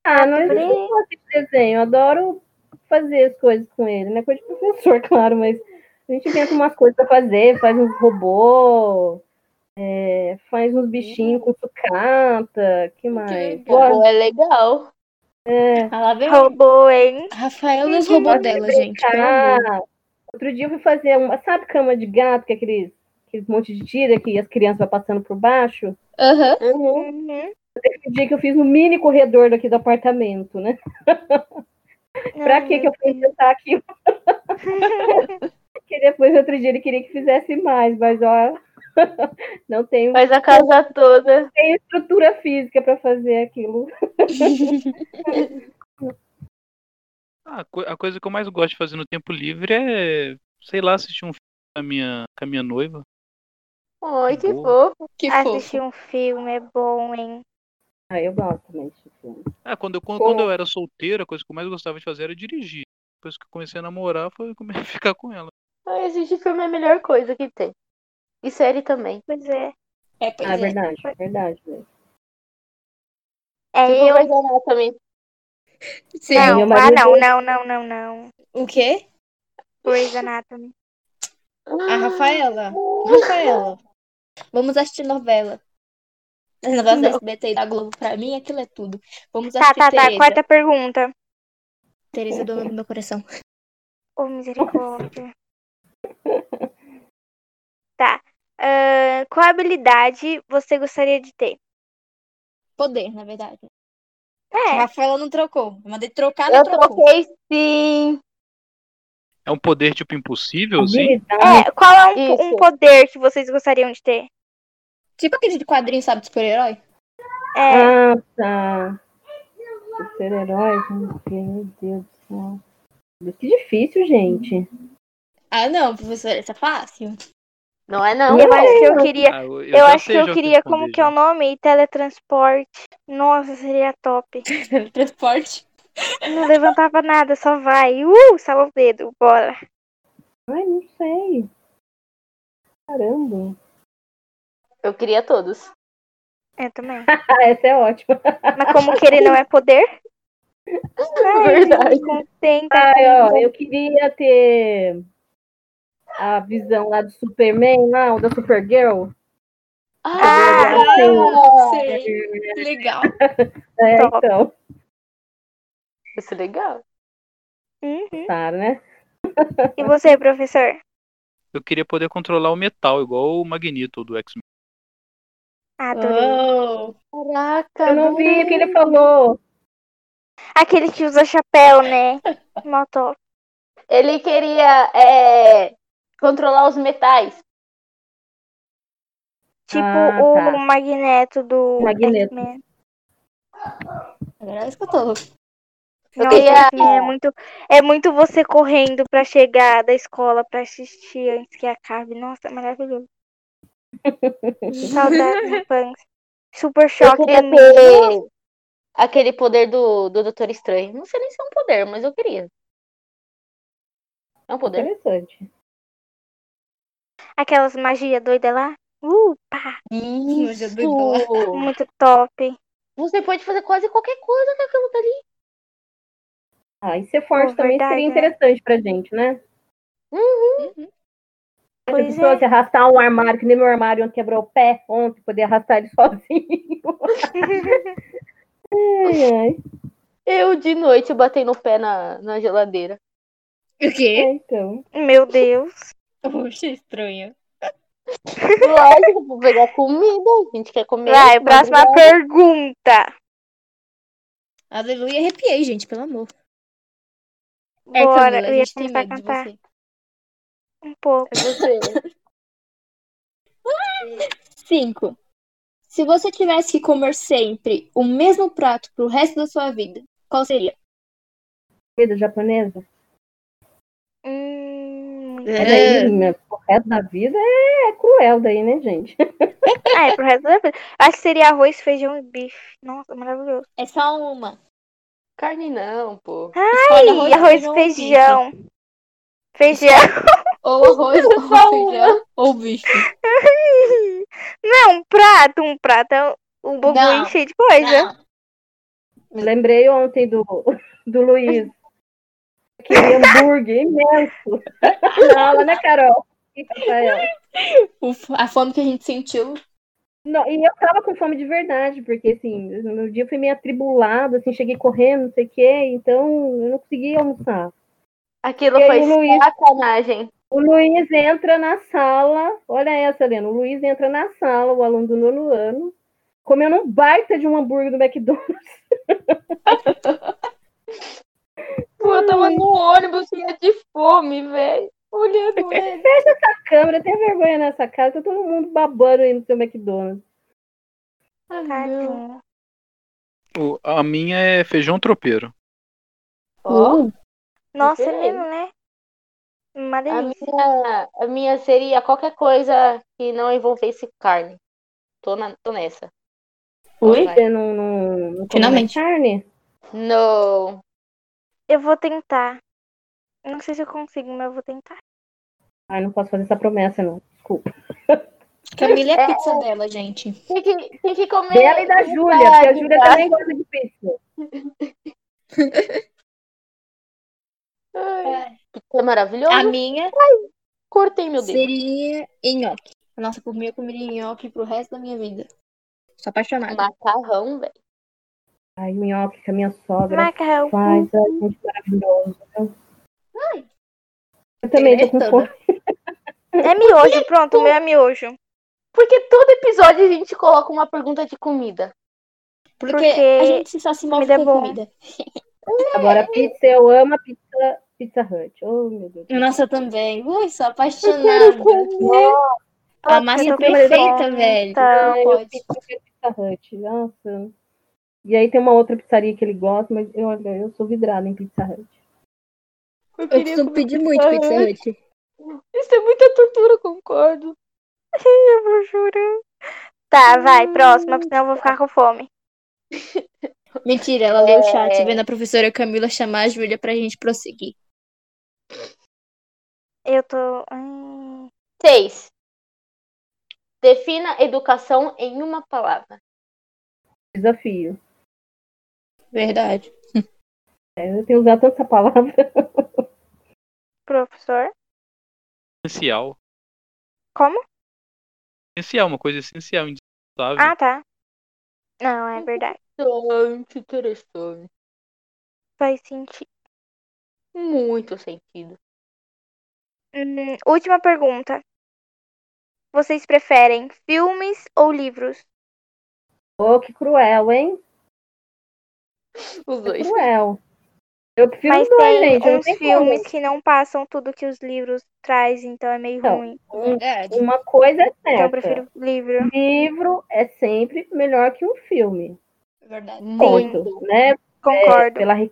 [SPEAKER 4] Ah, mas eu não gosto de desenho, eu adoro fazer as coisas com ele, né? Coisa de professor, claro, mas a gente inventa umas coisas pra fazer, faz uns robô, é, faz uns bichinhos com sucata, que mais? Gosto,
[SPEAKER 2] Pô, é legal.
[SPEAKER 4] é,
[SPEAKER 3] Ah, lá vem.
[SPEAKER 1] Roubou, hein?
[SPEAKER 3] Rafael nos roubou
[SPEAKER 4] gosto de
[SPEAKER 3] dela, gente. pelo amor.
[SPEAKER 4] brincar. Outro dia eu fui fazer uma, sabe cama de gato, que é aqueles, aqueles monte de tira que as crianças vão passando por baixo?
[SPEAKER 3] Aham.
[SPEAKER 1] Uhum.
[SPEAKER 4] Teve um dia que eu fiz no mini corredor daqui do apartamento, né? Pra
[SPEAKER 1] Ai,
[SPEAKER 4] que que eu
[SPEAKER 1] meu
[SPEAKER 4] fui inventar aquilo? que depois, outro dia, ele queria que fizesse mais, mas ó, não tenho,
[SPEAKER 2] Faz a casa toda.
[SPEAKER 4] tenho estrutura física para fazer aquilo.
[SPEAKER 5] Ah, a co- a coisa que eu mais gosto de fazer no tempo livre é, sei lá, assistir um filme com a minha, com a minha noiva.
[SPEAKER 2] Ai, que
[SPEAKER 5] Boa.
[SPEAKER 2] fofo.
[SPEAKER 3] Que fofo.
[SPEAKER 1] Assistir um filme é bom, hein?
[SPEAKER 4] Ah, eu gosto também de filme.
[SPEAKER 5] Ah, quando eu, quando, quando eu era solteiro, a coisa que eu mais gostava de fazer era dirigir. Depois que eu comecei a namorar, foi começar a ficar com ela.
[SPEAKER 2] Ai, assistir filme é a melhor coisa que tem. E série também.
[SPEAKER 1] Pois é.
[SPEAKER 3] É, pois
[SPEAKER 4] Ah, é
[SPEAKER 3] é.
[SPEAKER 4] verdade, é verdade. mesmo.
[SPEAKER 1] É
[SPEAKER 2] Tipo,
[SPEAKER 1] eu.
[SPEAKER 2] Grey's Anatomy.
[SPEAKER 3] Sim.
[SPEAKER 4] É,
[SPEAKER 1] Não,
[SPEAKER 4] meu
[SPEAKER 1] ah,
[SPEAKER 4] marido-
[SPEAKER 1] não, não, não, não, não.
[SPEAKER 3] O quê?
[SPEAKER 1] Grey's Anatomy.
[SPEAKER 3] A Rafaela. Rafaela. Vamos assistir novela. Esse negócio da SBT e da Globo, pra mim, aquilo é tudo. Vamos
[SPEAKER 1] Tá,
[SPEAKER 3] assistir
[SPEAKER 1] tá, tá.
[SPEAKER 3] Tereza.
[SPEAKER 1] Quarta pergunta.
[SPEAKER 3] Tereza, dona do meu coração.
[SPEAKER 1] Oh, misericórdia. tá. Ahn, qual habilidade você gostaria de ter?
[SPEAKER 3] Poder, na verdade. A
[SPEAKER 1] É,
[SPEAKER 3] Rafaela não trocou. Eu mandei trocar, não
[SPEAKER 2] Eu
[SPEAKER 3] trocou.
[SPEAKER 2] troquei sim.
[SPEAKER 5] É um poder, tipo, impossível, assim?
[SPEAKER 4] Habilidade,
[SPEAKER 1] é qual é um, po- um
[SPEAKER 2] Isso.
[SPEAKER 1] poder que vocês gostariam de ter?
[SPEAKER 3] Tipo aquele de quadrinho, sabe, de super-herói?
[SPEAKER 1] É,
[SPEAKER 4] ah, tá. Super-herói, meu Deus do céu. Que difícil, gente.
[SPEAKER 3] Ah, não, professora, essa é fácil.
[SPEAKER 2] Não é não.
[SPEAKER 1] eu acho que eu queria.
[SPEAKER 5] Ah, eu
[SPEAKER 1] Eu,
[SPEAKER 5] já
[SPEAKER 1] acho
[SPEAKER 5] sei
[SPEAKER 1] que eu
[SPEAKER 5] já o
[SPEAKER 1] queria, como
[SPEAKER 5] responder,
[SPEAKER 1] que é
[SPEAKER 5] já.
[SPEAKER 1] o nome? Teletransporte. Nossa, seria top.
[SPEAKER 3] Transporte.
[SPEAKER 1] Não levantava nada, só vai. Uh, salva o dedo, bora.
[SPEAKER 4] Ai, não sei. Caramba.
[SPEAKER 2] Eu queria todos.
[SPEAKER 1] Eu É, também.
[SPEAKER 4] Ah, essa é ótima.
[SPEAKER 1] Mas como querer não é poder?
[SPEAKER 2] Verdade.
[SPEAKER 1] Tenta.
[SPEAKER 4] Ai, ó, eu queria ter a visão lá do Superman, lá, ou da Supergirl.
[SPEAKER 2] Ah,
[SPEAKER 3] não sei. Legal.
[SPEAKER 4] É,
[SPEAKER 1] Top.
[SPEAKER 4] então,
[SPEAKER 2] isso é legal.
[SPEAKER 1] Uhum.
[SPEAKER 4] tá, né?
[SPEAKER 1] E você, professor?
[SPEAKER 5] Eu queria poder controlar o metal, igual o Magneto do X-Men.
[SPEAKER 1] Ah,
[SPEAKER 4] Ah.
[SPEAKER 1] Adorei.
[SPEAKER 3] Oh.
[SPEAKER 2] Caraca,
[SPEAKER 4] Eu não vi
[SPEAKER 2] adorei.
[SPEAKER 4] o que ele falou.
[SPEAKER 1] Aquele que usa chapéu, né? Mó top.
[SPEAKER 2] Ele queria é, controlar os metais.
[SPEAKER 1] Tipo
[SPEAKER 4] Ah,
[SPEAKER 1] o
[SPEAKER 4] tá.
[SPEAKER 1] Magneto do.
[SPEAKER 4] Magneto.
[SPEAKER 1] X-Men.
[SPEAKER 3] Agora escutou.
[SPEAKER 1] Nossa,
[SPEAKER 2] queria-
[SPEAKER 1] esse filme é muito, é muito você correndo pra chegar da escola pra assistir antes que acabe. Nossa, é maravilhoso. Saudades do Punks. Super
[SPEAKER 2] Eu
[SPEAKER 1] choque é
[SPEAKER 2] queria
[SPEAKER 1] também.
[SPEAKER 2] ter aquele poder do, do Doutor Estranho. Não sei nem se é um poder, mas eu queria. É um poder?
[SPEAKER 4] Interessante.
[SPEAKER 1] Aquelas magia doida lá. Uh, pá,
[SPEAKER 3] Mas eu doido.
[SPEAKER 2] Isso!
[SPEAKER 1] muito top.
[SPEAKER 2] Você pode fazer quase qualquer coisa com aquilo dali.
[SPEAKER 4] Ah, e ser forte
[SPEAKER 1] Pô,
[SPEAKER 4] também
[SPEAKER 1] verdade,
[SPEAKER 4] seria
[SPEAKER 1] né?
[SPEAKER 4] interessante pra gente, né? Se a
[SPEAKER 1] Pois
[SPEAKER 4] pessoa
[SPEAKER 1] é.
[SPEAKER 4] se arrastar um armário, que nem meu armário onde quebrou o pé ontem, poder arrastar ele sozinho. Ai, ai.
[SPEAKER 2] Eu de noite batei no pé na, na geladeira.
[SPEAKER 3] O quê?
[SPEAKER 4] É, então.
[SPEAKER 1] Meu Deus.
[SPEAKER 3] Poxa, estranho.
[SPEAKER 2] Lógico, vou pegar comida. A gente quer comer.
[SPEAKER 1] Vai, próxima
[SPEAKER 2] madrugada.
[SPEAKER 1] pergunta.
[SPEAKER 3] Aleluia, arrepiei, gente, pelo amor. É,
[SPEAKER 1] Bora,
[SPEAKER 3] Camila,
[SPEAKER 1] eu
[SPEAKER 3] a
[SPEAKER 1] ia
[SPEAKER 3] gente tem
[SPEAKER 1] começar a
[SPEAKER 3] medo de
[SPEAKER 1] cantar
[SPEAKER 3] você.
[SPEAKER 1] um pouco.
[SPEAKER 2] É você.
[SPEAKER 3] Cinco. Se você tivesse que comer sempre o mesmo prato pro resto da sua vida, qual seria?
[SPEAKER 4] Comida japonesa?
[SPEAKER 1] Hum...
[SPEAKER 3] É.
[SPEAKER 4] Mas aí, meu, o resto da vida é cruel daí, né, gente?
[SPEAKER 1] Ah, é pro resto da vida. Acho que seria arroz, feijão e bife. Nossa, maravilhoso.
[SPEAKER 3] É só uma.
[SPEAKER 2] Carne não, pô.
[SPEAKER 3] Escolhe
[SPEAKER 1] E arroz e feijão. Feijão.
[SPEAKER 3] Ou arroz, ou
[SPEAKER 2] Só uma.
[SPEAKER 3] feijão, ou bife.
[SPEAKER 1] Não, um prato, um prato. é Um bagulho
[SPEAKER 3] Não,
[SPEAKER 1] cheio de coisa.
[SPEAKER 3] Não.
[SPEAKER 4] Me lembrei ontem do, do Luiz. Queria hambúrguer imenso. Fala, né, Carol? E Rafael?
[SPEAKER 3] O f- a fome que a gente sentiu.
[SPEAKER 4] Não, e eu tava com fome de verdade, porque assim, no dia eu fui meio atribulada, assim, cheguei correndo, não sei o quê, então eu não consegui almoçar.
[SPEAKER 2] Aquilo
[SPEAKER 4] E aí,
[SPEAKER 2] foi
[SPEAKER 4] o Luiz?
[SPEAKER 2] sacanagem.
[SPEAKER 4] O Luiz entra na sala, olha essa, Helena, o Luiz entra na sala, o aluno do nono ano, comendo um baita de um hambúrguer do McDonald's.
[SPEAKER 2] Pô, eu tava no ônibus e ia de fome, velho. Olhando ele.
[SPEAKER 4] A câmera tem vergonha nessa casa, tá todo mundo babando aí no seu McDonald's.
[SPEAKER 2] Ah, não.
[SPEAKER 1] Tadinho.
[SPEAKER 5] O- a minha é feijão tropeiro.
[SPEAKER 2] Ó,
[SPEAKER 3] Hum. Uhum.
[SPEAKER 1] Nossa, é
[SPEAKER 2] Diferente.
[SPEAKER 1] mesmo, né? Uma
[SPEAKER 2] a,
[SPEAKER 1] delícia.
[SPEAKER 2] minha, a minha seria qualquer coisa que não envolvesse carne. Tô, na, tô nessa.
[SPEAKER 3] Ui.
[SPEAKER 4] Você não, não, não come
[SPEAKER 3] Finalmente.
[SPEAKER 4] carne?
[SPEAKER 2] Não.
[SPEAKER 1] Eu vou tentar. Não sei se eu consigo, mas eu vou tentar.
[SPEAKER 4] Ai, não posso fazer essa promessa, não. Desculpa.
[SPEAKER 3] Camila é Então, a pizza dela, gente.
[SPEAKER 2] Tem que, tem que comer.
[SPEAKER 4] Dela e da Júlia, porque a Júlia também gosta de pizza.
[SPEAKER 2] É maravilhoso.
[SPEAKER 3] A minha
[SPEAKER 2] Cortei meu dedo.
[SPEAKER 3] seria nhoque. Nossa, por mim eu comeria nhoque pro resto da minha vida. Sou apaixonada.
[SPEAKER 2] Macarrão, velho.
[SPEAKER 4] Ai, minhoca, que a minha sogra
[SPEAKER 1] Macarrão.
[SPEAKER 4] faz, ai, gente, maravilhoso. Eu também tô com fome.
[SPEAKER 3] Interessante.
[SPEAKER 1] É miojo, pronto, o meu é miojo.
[SPEAKER 2] Porque todo episódio a gente coloca uma pergunta de comida.
[SPEAKER 3] Porque,
[SPEAKER 1] Porque
[SPEAKER 3] a gente só se move
[SPEAKER 1] comida é
[SPEAKER 3] com
[SPEAKER 1] bom.
[SPEAKER 3] comida.
[SPEAKER 4] Agora, pizza, eu amo a pizza, pizza Hut. Oh, meu Deus.
[SPEAKER 3] Nossa, eu também. Ui, sou apaixonada. A
[SPEAKER 1] Eu
[SPEAKER 3] massa é
[SPEAKER 1] tô com
[SPEAKER 3] perfeita,
[SPEAKER 1] fome,
[SPEAKER 3] velho.
[SPEAKER 1] então.
[SPEAKER 4] Ai,
[SPEAKER 3] Não
[SPEAKER 4] eu
[SPEAKER 3] pode.
[SPEAKER 4] fico com pizza Hut. Nossa. E aí tem uma outra pizzaria que ele gosta, mas eu, olha, eu sou vidrada em pizza Hut.
[SPEAKER 2] Eu
[SPEAKER 3] Eu
[SPEAKER 2] queria
[SPEAKER 3] costumo
[SPEAKER 2] comer.
[SPEAKER 3] pedir muito
[SPEAKER 2] Aham.
[SPEAKER 3] Pizza Hut.
[SPEAKER 2] Isso é muita tortura, concordo.
[SPEAKER 1] Eu vou juro. Tá, vai, próxima, senão eu vou ficar com fome.
[SPEAKER 3] Mentira, ela leu o chat vendo a professora Camila chamar a Júlia pra gente prosseguir.
[SPEAKER 1] Eu tô. hum,
[SPEAKER 2] 6. Defina educação em uma palavra.
[SPEAKER 4] Desafio.
[SPEAKER 3] Verdade.
[SPEAKER 4] É, eu tenho usado tanta palavra.
[SPEAKER 1] professor.
[SPEAKER 5] Essencial.
[SPEAKER 1] Como?
[SPEAKER 5] essencial, uma coisa essencial, indispensável.
[SPEAKER 1] Ah, tá. Não, é verdade.
[SPEAKER 2] Interessante, interessante.
[SPEAKER 1] Faz sentido.
[SPEAKER 2] Muito sentido.
[SPEAKER 1] Hum, última pergunta. Vocês preferem filmes ou livros?
[SPEAKER 4] Ô, Oh, que cruel, hein?
[SPEAKER 2] Os
[SPEAKER 4] Que
[SPEAKER 2] dois.
[SPEAKER 4] É Cruel. Eu prefiro
[SPEAKER 1] Mas
[SPEAKER 4] os dois,
[SPEAKER 1] tem
[SPEAKER 4] gente. eu não
[SPEAKER 1] uns
[SPEAKER 4] tenho
[SPEAKER 1] filmes que não passam tudo que os livros trazem, então é meio
[SPEAKER 4] Então,
[SPEAKER 1] ruim.
[SPEAKER 3] Verdade.
[SPEAKER 4] como. Uma coisa é certa. Um
[SPEAKER 1] Então eu prefiro livro.
[SPEAKER 4] Livro é sempre melhor que um filme.
[SPEAKER 3] Verdade.
[SPEAKER 4] Ponto. Né?
[SPEAKER 1] Concordo.
[SPEAKER 4] pela ri-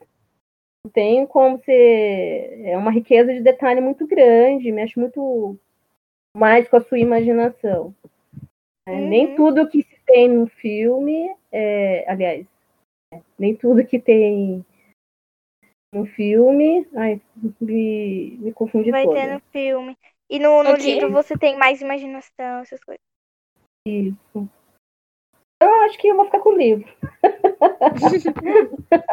[SPEAKER 4] não tem como ser é uma riqueza de detalhe muito grande mexe muito mais com a sua imaginação É,
[SPEAKER 1] Uhum.
[SPEAKER 4] nem tudo que se tem no filme é, aliás é, nem tudo que tem no filme ai, me, me confundi
[SPEAKER 1] Vai
[SPEAKER 4] toda.
[SPEAKER 1] ter no filme. E no, no
[SPEAKER 3] Ok.
[SPEAKER 1] livro você tem mais imaginação, essas coisas.
[SPEAKER 4] Isso. Eu acho que eu vou ficar com o livro.
[SPEAKER 1] tá.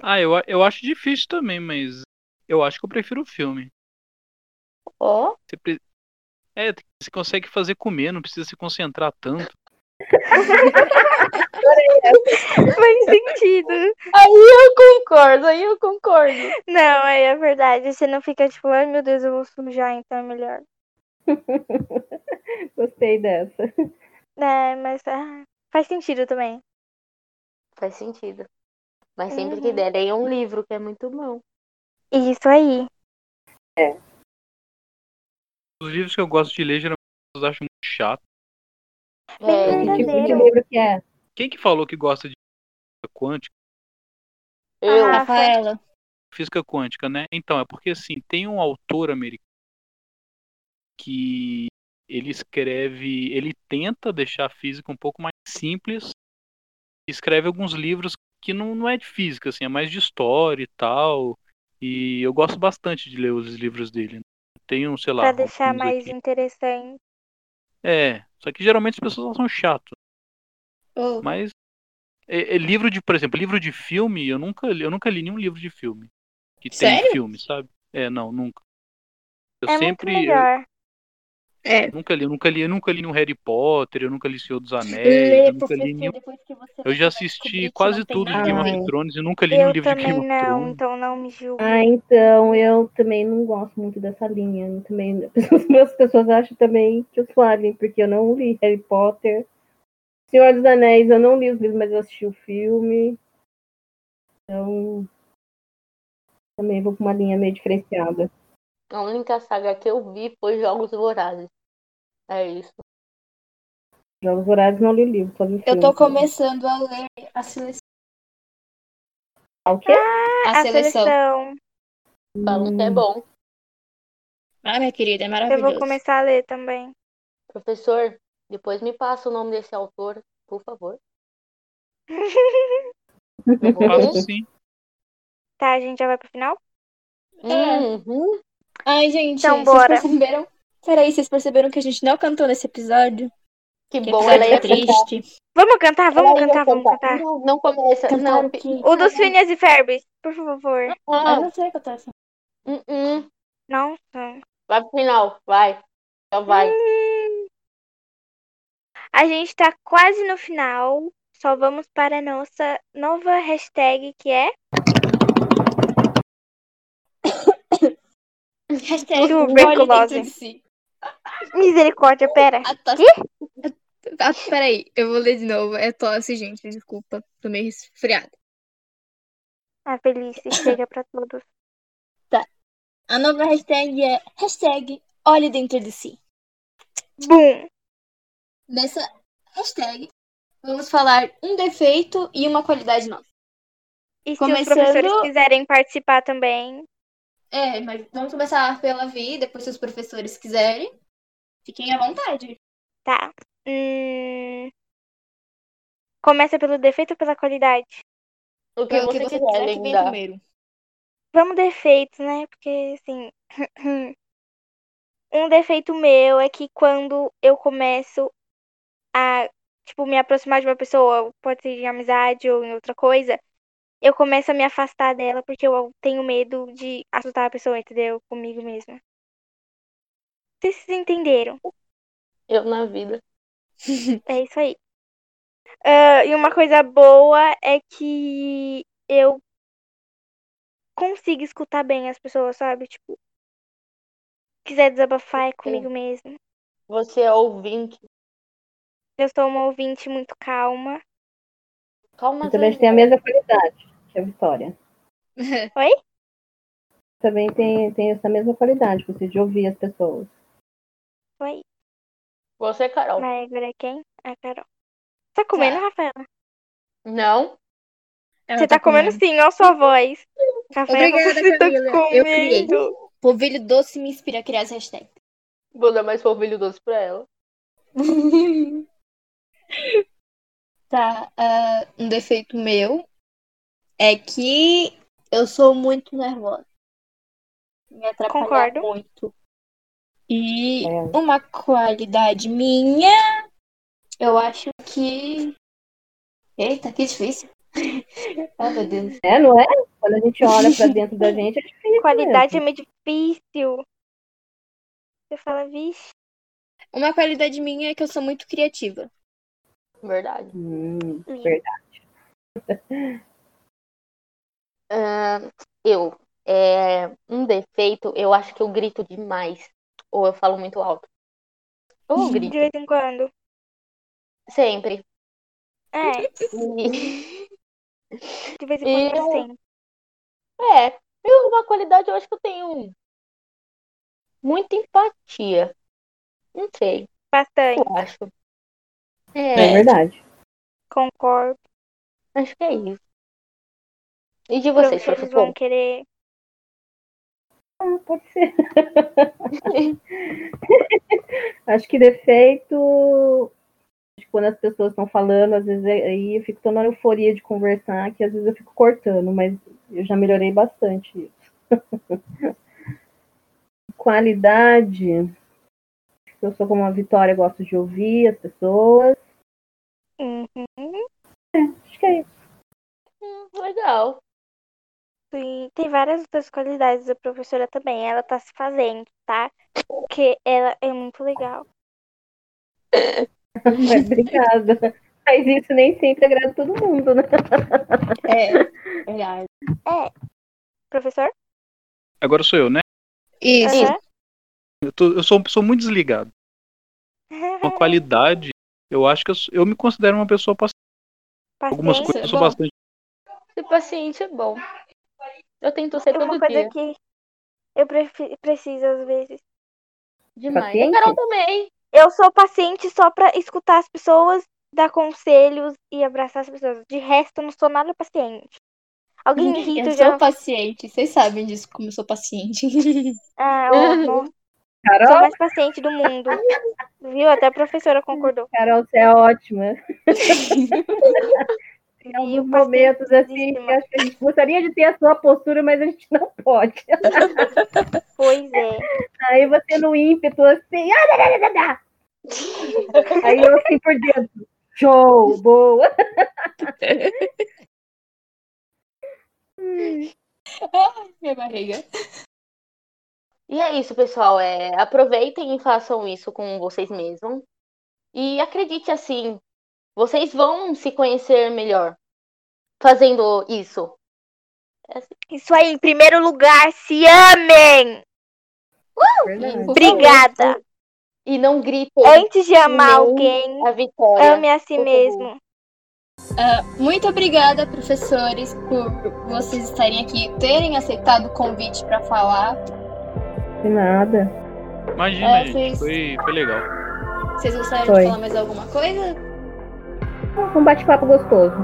[SPEAKER 5] Ah, eu, a- eu acho difícil também, mas eu acho que eu prefiro o filme.
[SPEAKER 2] Ó,
[SPEAKER 5] Você pre- É, você consegue fazer comer, não precisa se concentrar tanto.
[SPEAKER 1] Faz sentido.
[SPEAKER 2] eu concordo, aí eu concordo.
[SPEAKER 1] Não, aí é verdade. Você não fica tipo, ai meu Deus, eu vou sujar, então é melhor.
[SPEAKER 4] Gostei dessa.
[SPEAKER 1] É, mas ah, faz sentido também.
[SPEAKER 2] Faz sentido. Mas sempre que
[SPEAKER 1] Uhum.
[SPEAKER 2] der, leia um livro que é muito bom.
[SPEAKER 1] Isso aí.
[SPEAKER 5] Os livros que eu gosto de ler, geralmente eu acho muito chato.
[SPEAKER 1] Bem
[SPEAKER 2] É,
[SPEAKER 4] Que tipo de
[SPEAKER 1] verdadeiro.
[SPEAKER 4] livro que é?
[SPEAKER 5] Quem que falou que gosta de física quântica?
[SPEAKER 2] eu,
[SPEAKER 1] Ah,
[SPEAKER 3] Rafaela.
[SPEAKER 5] Física quântica, né? Então, é porque assim, tem um autor americano que ele escreve, ele tenta deixar a física um pouco mais simples. Escreve alguns livros que não, não é de física, assim, é mais de história e tal. E eu gosto bastante de ler os livros dele. Tem um, sei lá.
[SPEAKER 1] Pra deixar
[SPEAKER 5] alguns
[SPEAKER 1] mais
[SPEAKER 5] aqui.
[SPEAKER 1] interessante.
[SPEAKER 5] É, só que geralmente as pessoas são chatas.
[SPEAKER 3] Oh,
[SPEAKER 5] Mas é, é livro de, por exemplo, livro de filme, eu nunca, li- eu nunca li nenhum livro de filme que tem
[SPEAKER 3] Sério?
[SPEAKER 5] filme, sabe? É, não, nunca. Eu
[SPEAKER 1] é
[SPEAKER 5] sempre
[SPEAKER 1] muito
[SPEAKER 5] eu
[SPEAKER 1] melhor.
[SPEAKER 3] é.
[SPEAKER 5] nunca li, eu nunca li, eu nunca li nenhum Harry Potter, eu nunca li Senhor dos Anéis, eu
[SPEAKER 3] Lê,
[SPEAKER 5] nunca li nenhum.
[SPEAKER 3] professor, depois que você
[SPEAKER 5] Eu já
[SPEAKER 3] vai descobrir
[SPEAKER 5] assisti
[SPEAKER 3] que
[SPEAKER 5] quase
[SPEAKER 3] não tem
[SPEAKER 5] tudo de
[SPEAKER 3] nada
[SPEAKER 5] Game
[SPEAKER 3] a ver.
[SPEAKER 5] of Thrones e nunca li nenhum
[SPEAKER 1] Eu
[SPEAKER 5] livro de Game
[SPEAKER 1] também
[SPEAKER 5] of
[SPEAKER 1] não,
[SPEAKER 5] Thrones.
[SPEAKER 1] então não me julgue.
[SPEAKER 4] Ah, então eu também não gosto muito dessa linha. eu Também, as pessoas acham também que eu sou alien, porque eu não li Harry Potter. Senhor dos Anéis, eu não li os livros, mas eu assisti o filme. Então, também vou com uma linha meio diferenciada.
[SPEAKER 2] a única saga que eu vi foi Jogos Vorazes. É isso.
[SPEAKER 4] Jogos Horários não li o livro, só vi o
[SPEAKER 3] Eu
[SPEAKER 4] filme.
[SPEAKER 3] tô começando a ler a seleção.
[SPEAKER 4] Ah, o quê?
[SPEAKER 3] A seleção. tá
[SPEAKER 2] Falam
[SPEAKER 4] Hum.
[SPEAKER 2] que é bom.
[SPEAKER 3] Ah, minha querida, é
[SPEAKER 1] Eu
[SPEAKER 3] maravilhoso.
[SPEAKER 1] vou começar a ler também.
[SPEAKER 2] Professor, depois me passa o nome desse autor, por favor. Eu vou
[SPEAKER 5] Faço
[SPEAKER 3] Uhum.
[SPEAKER 2] ler.
[SPEAKER 5] sim.
[SPEAKER 1] Tá, a gente já vai pro final?
[SPEAKER 2] Uhum.
[SPEAKER 3] Ai, gente,
[SPEAKER 1] Então,
[SPEAKER 3] vocês
[SPEAKER 1] bora.
[SPEAKER 3] perceberam? Peraí, vocês perceram que a gente não cantou nesse episódio?
[SPEAKER 2] Que
[SPEAKER 3] Que
[SPEAKER 2] bom, ela é
[SPEAKER 3] episódio
[SPEAKER 2] ia
[SPEAKER 3] triste.
[SPEAKER 1] Vamos cantar, vamos
[SPEAKER 2] ela ia
[SPEAKER 1] cantar, vamos cantar.
[SPEAKER 2] Não, não começa.
[SPEAKER 3] Cantaram
[SPEAKER 2] Não,
[SPEAKER 3] que...
[SPEAKER 1] O dos Phineas e Ferbes, por favor.
[SPEAKER 3] Ah,
[SPEAKER 2] não.
[SPEAKER 3] não sei cantar essa.
[SPEAKER 2] Uh -uh.
[SPEAKER 1] Nossa.
[SPEAKER 2] Vai pro final, vai. Já vai.
[SPEAKER 1] A gente tá quase no final. Só vamos para a nossa nova hashtag que é
[SPEAKER 3] Hashtag
[SPEAKER 1] Tudo
[SPEAKER 3] engole dentro
[SPEAKER 1] tuberculose.
[SPEAKER 3] de si.
[SPEAKER 1] Misericórdia, pera.
[SPEAKER 3] A tosse... A... a- Peraí, eu vou ler de novo. É tosse, gente, desculpa. Tô meio resfriada.
[SPEAKER 1] A felice chega pra todos.
[SPEAKER 3] A nova hashtag é hashtag olhe dentro de si.
[SPEAKER 1] Bum!
[SPEAKER 3] Nessa hashtag, vamos falar um defeito e uma qualidade nossa.
[SPEAKER 1] E se os
[SPEAKER 3] Começando-
[SPEAKER 1] professores quiserem participar também,
[SPEAKER 3] É, mas vamos começar pela Vi, depois se os professores quiserem. Fiquem à vontade.
[SPEAKER 1] tá. Hum... Começa pelo defeito ou pela qualidade?
[SPEAKER 2] O que você quiser, linda.
[SPEAKER 3] primeiro.
[SPEAKER 1] Vamos defeitos, né? Porque, assim. um defeito meu é que quando eu começo a, tipo, me aproximar de uma pessoa, pode ser em amizade ou em outra coisa, eu começo a me afastar dela porque eu tenho medo de assustar a pessoa, entendeu? Comigo mesma. Vocês entenderam.
[SPEAKER 2] Eu na vida.
[SPEAKER 1] É isso aí. Ah, e uma coisa boa é que eu consigo escutar bem as pessoas, sabe? Tipo, quiser desabafar é comigo mesmo.
[SPEAKER 2] Você é ouvinte.
[SPEAKER 1] Eu sou uma ouvinte muito calma.
[SPEAKER 2] Calma,
[SPEAKER 4] Eu também
[SPEAKER 2] é
[SPEAKER 4] tem a mesma qualidade que a Vitória.
[SPEAKER 1] Oi?
[SPEAKER 4] Também tem, tem essa mesma qualidade, você de ouvir as pessoas.
[SPEAKER 1] Oi.
[SPEAKER 2] Você, Carol.
[SPEAKER 1] Mas agora é quem? A Carol. Tá comendo, Rafaela?
[SPEAKER 2] Não?
[SPEAKER 1] Você tá comendo sim, olha sua voz. Rafaela,
[SPEAKER 3] Obrigada,
[SPEAKER 1] você tá
[SPEAKER 3] Camila. Eu criei.
[SPEAKER 1] comendo.
[SPEAKER 3] Polvilho doce me inspira a criar as hashtags.
[SPEAKER 2] Vou dar mais polvilho doce pra ela.
[SPEAKER 3] Tá, ah, um defeito meu é que eu sou muito nervosa. Me atrapalha
[SPEAKER 1] Concordo.
[SPEAKER 3] muito. E
[SPEAKER 4] É.
[SPEAKER 3] uma qualidade minha, eu acho que. Eita, que difícil.
[SPEAKER 2] Oh,
[SPEAKER 3] Ai, meu Deus.
[SPEAKER 4] É, não é? Quando a gente olha pra dentro da gente, é difícil.
[SPEAKER 1] Qualidade é meio difícil. Você fala, vixe.
[SPEAKER 3] Uma qualidade minha é que eu sou muito criativa.
[SPEAKER 2] Verdade.
[SPEAKER 4] mesmo. Hum,
[SPEAKER 2] Ahn, eu. É, um defeito, eu acho que eu grito demais. Ou eu falo muito alto. Ou eu
[SPEAKER 1] De
[SPEAKER 2] grito.
[SPEAKER 1] vez em quando.
[SPEAKER 2] Sempre.
[SPEAKER 1] É,
[SPEAKER 2] E-
[SPEAKER 1] de vez em quando
[SPEAKER 2] Eu-
[SPEAKER 1] tem.
[SPEAKER 2] É, eu, uma qualidade, eu acho que eu tenho muita empatia. Não sei, eu
[SPEAKER 1] Bastante.
[SPEAKER 2] acho.
[SPEAKER 4] é
[SPEAKER 2] É,
[SPEAKER 4] verdade.
[SPEAKER 1] Concordo.
[SPEAKER 2] acho que é isso. E de vocês,
[SPEAKER 1] Vocês
[SPEAKER 2] professor?
[SPEAKER 1] vão querer.
[SPEAKER 4] Ah, pode ser. Acho que defeito. tipo, Quando as pessoas estão falando, às vezes é, aí eu fico tão na euforia de conversar que às vezes eu fico cortando, mas eu já melhorei bastante isso. Qualidade. acho que Eu sou como a Vitória, gosto de ouvir as pessoas.
[SPEAKER 1] Uhum.
[SPEAKER 4] Acho que é isso.
[SPEAKER 2] Hum, legal.
[SPEAKER 1] E tem várias outras qualidades da professora também. Ela tá se fazendo, tá? Porque ela é muito legal.
[SPEAKER 4] Mas obrigada. Mas isso nem sempre agrada todo mundo, né?
[SPEAKER 3] É, verdade.
[SPEAKER 1] Professor?
[SPEAKER 5] Agora sou eu, né?
[SPEAKER 3] Isso.
[SPEAKER 1] Aham.
[SPEAKER 5] Eu, tô- eu sou, sou muito desligado.
[SPEAKER 3] Uhum.
[SPEAKER 5] Uma qualidade, eu acho que eu, sou- eu me considero uma pessoa paciente. Algumas
[SPEAKER 1] Paciência.
[SPEAKER 5] coisas eu sou
[SPEAKER 3] é bom.
[SPEAKER 5] bastante.
[SPEAKER 2] Ser paciente é bom. Eu tento ser
[SPEAKER 1] É uma
[SPEAKER 2] todo
[SPEAKER 1] coisa
[SPEAKER 2] dia.
[SPEAKER 1] que eu prefi- preciso às vezes.
[SPEAKER 2] Demais.
[SPEAKER 4] Paciente?
[SPEAKER 2] A Carol também.
[SPEAKER 1] Eu sou paciente só pra escutar as pessoas, dar conselhos e abraçar as pessoas. De resto, eu não sou nada paciente. Alguém me irrita,
[SPEAKER 3] Eu
[SPEAKER 1] eu já.
[SPEAKER 3] sou paciente, vocês sabem disso, como eu sou paciente.
[SPEAKER 1] Ah, eu não sou a
[SPEAKER 4] Carol,
[SPEAKER 1] mais paciente do mundo. Viu? Até a professora concordou.
[SPEAKER 4] Carol, você é ótima.
[SPEAKER 1] E
[SPEAKER 4] Tem
[SPEAKER 1] o
[SPEAKER 4] alguns momentos assim que acho que a gente gostaria de ter a sua postura, mas a gente não pode.
[SPEAKER 1] Pois é.
[SPEAKER 4] Aí você no ímpeto assim, ah, dá, dá, dá, dá. aí eu assim por dentro, show, boa.
[SPEAKER 3] Minha barriga.
[SPEAKER 2] E é isso, pessoal. É, aproveitem e façam isso com vocês mesmos. E acredite assim, vocês vão se conhecer melhor fazendo isso.
[SPEAKER 1] Isso aí, em primeiro lugar, se amem!
[SPEAKER 3] Verdade.
[SPEAKER 1] Obrigada!
[SPEAKER 2] E não gritem
[SPEAKER 1] Antes de amar
[SPEAKER 2] Não.
[SPEAKER 1] alguém,
[SPEAKER 2] a vitória.
[SPEAKER 1] ame a si
[SPEAKER 2] Por favor.
[SPEAKER 1] mesmo.
[SPEAKER 3] Muito obrigada, professores, por vocês estarem aqui, terem aceitado o convite para falar.
[SPEAKER 4] De nada.
[SPEAKER 5] Imagina,
[SPEAKER 3] É,
[SPEAKER 5] gente.
[SPEAKER 3] vocês-
[SPEAKER 5] Foi, foi legal.
[SPEAKER 3] Vocês gostariam
[SPEAKER 4] Foi.
[SPEAKER 3] de falar mais alguma coisa?
[SPEAKER 4] Um bate-papo gostoso.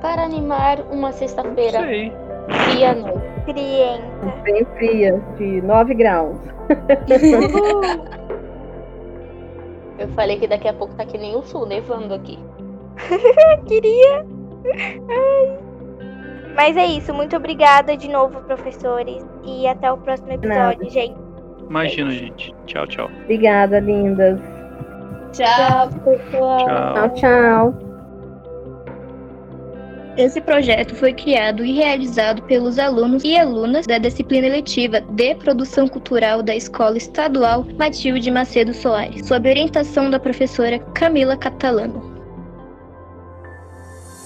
[SPEAKER 2] Para animar uma
[SPEAKER 5] Isso
[SPEAKER 2] sexta-feira
[SPEAKER 5] aí.
[SPEAKER 2] e à noite.
[SPEAKER 1] Crienta.
[SPEAKER 4] Bem fria, de 9 graus.
[SPEAKER 2] Eu falei que daqui a pouco tá que nem o sul, nevando aqui.
[SPEAKER 1] Queria! Ai. Mas é isso, muito obrigada de novo, professores. E até o próximo episódio, gente.
[SPEAKER 5] Imagina, gente. Tchau, tchau.
[SPEAKER 4] Obrigada, lindas.
[SPEAKER 3] Tchau, pessoal.
[SPEAKER 5] Tchau.
[SPEAKER 4] Tchau, tchau.
[SPEAKER 3] Esse projeto foi criado e realizado pelos alunos e alunas da disciplina eletiva de Produção Cultural da Escola Estadual Matilde Macedo Soares, sob orientação da professora Camila Catalano.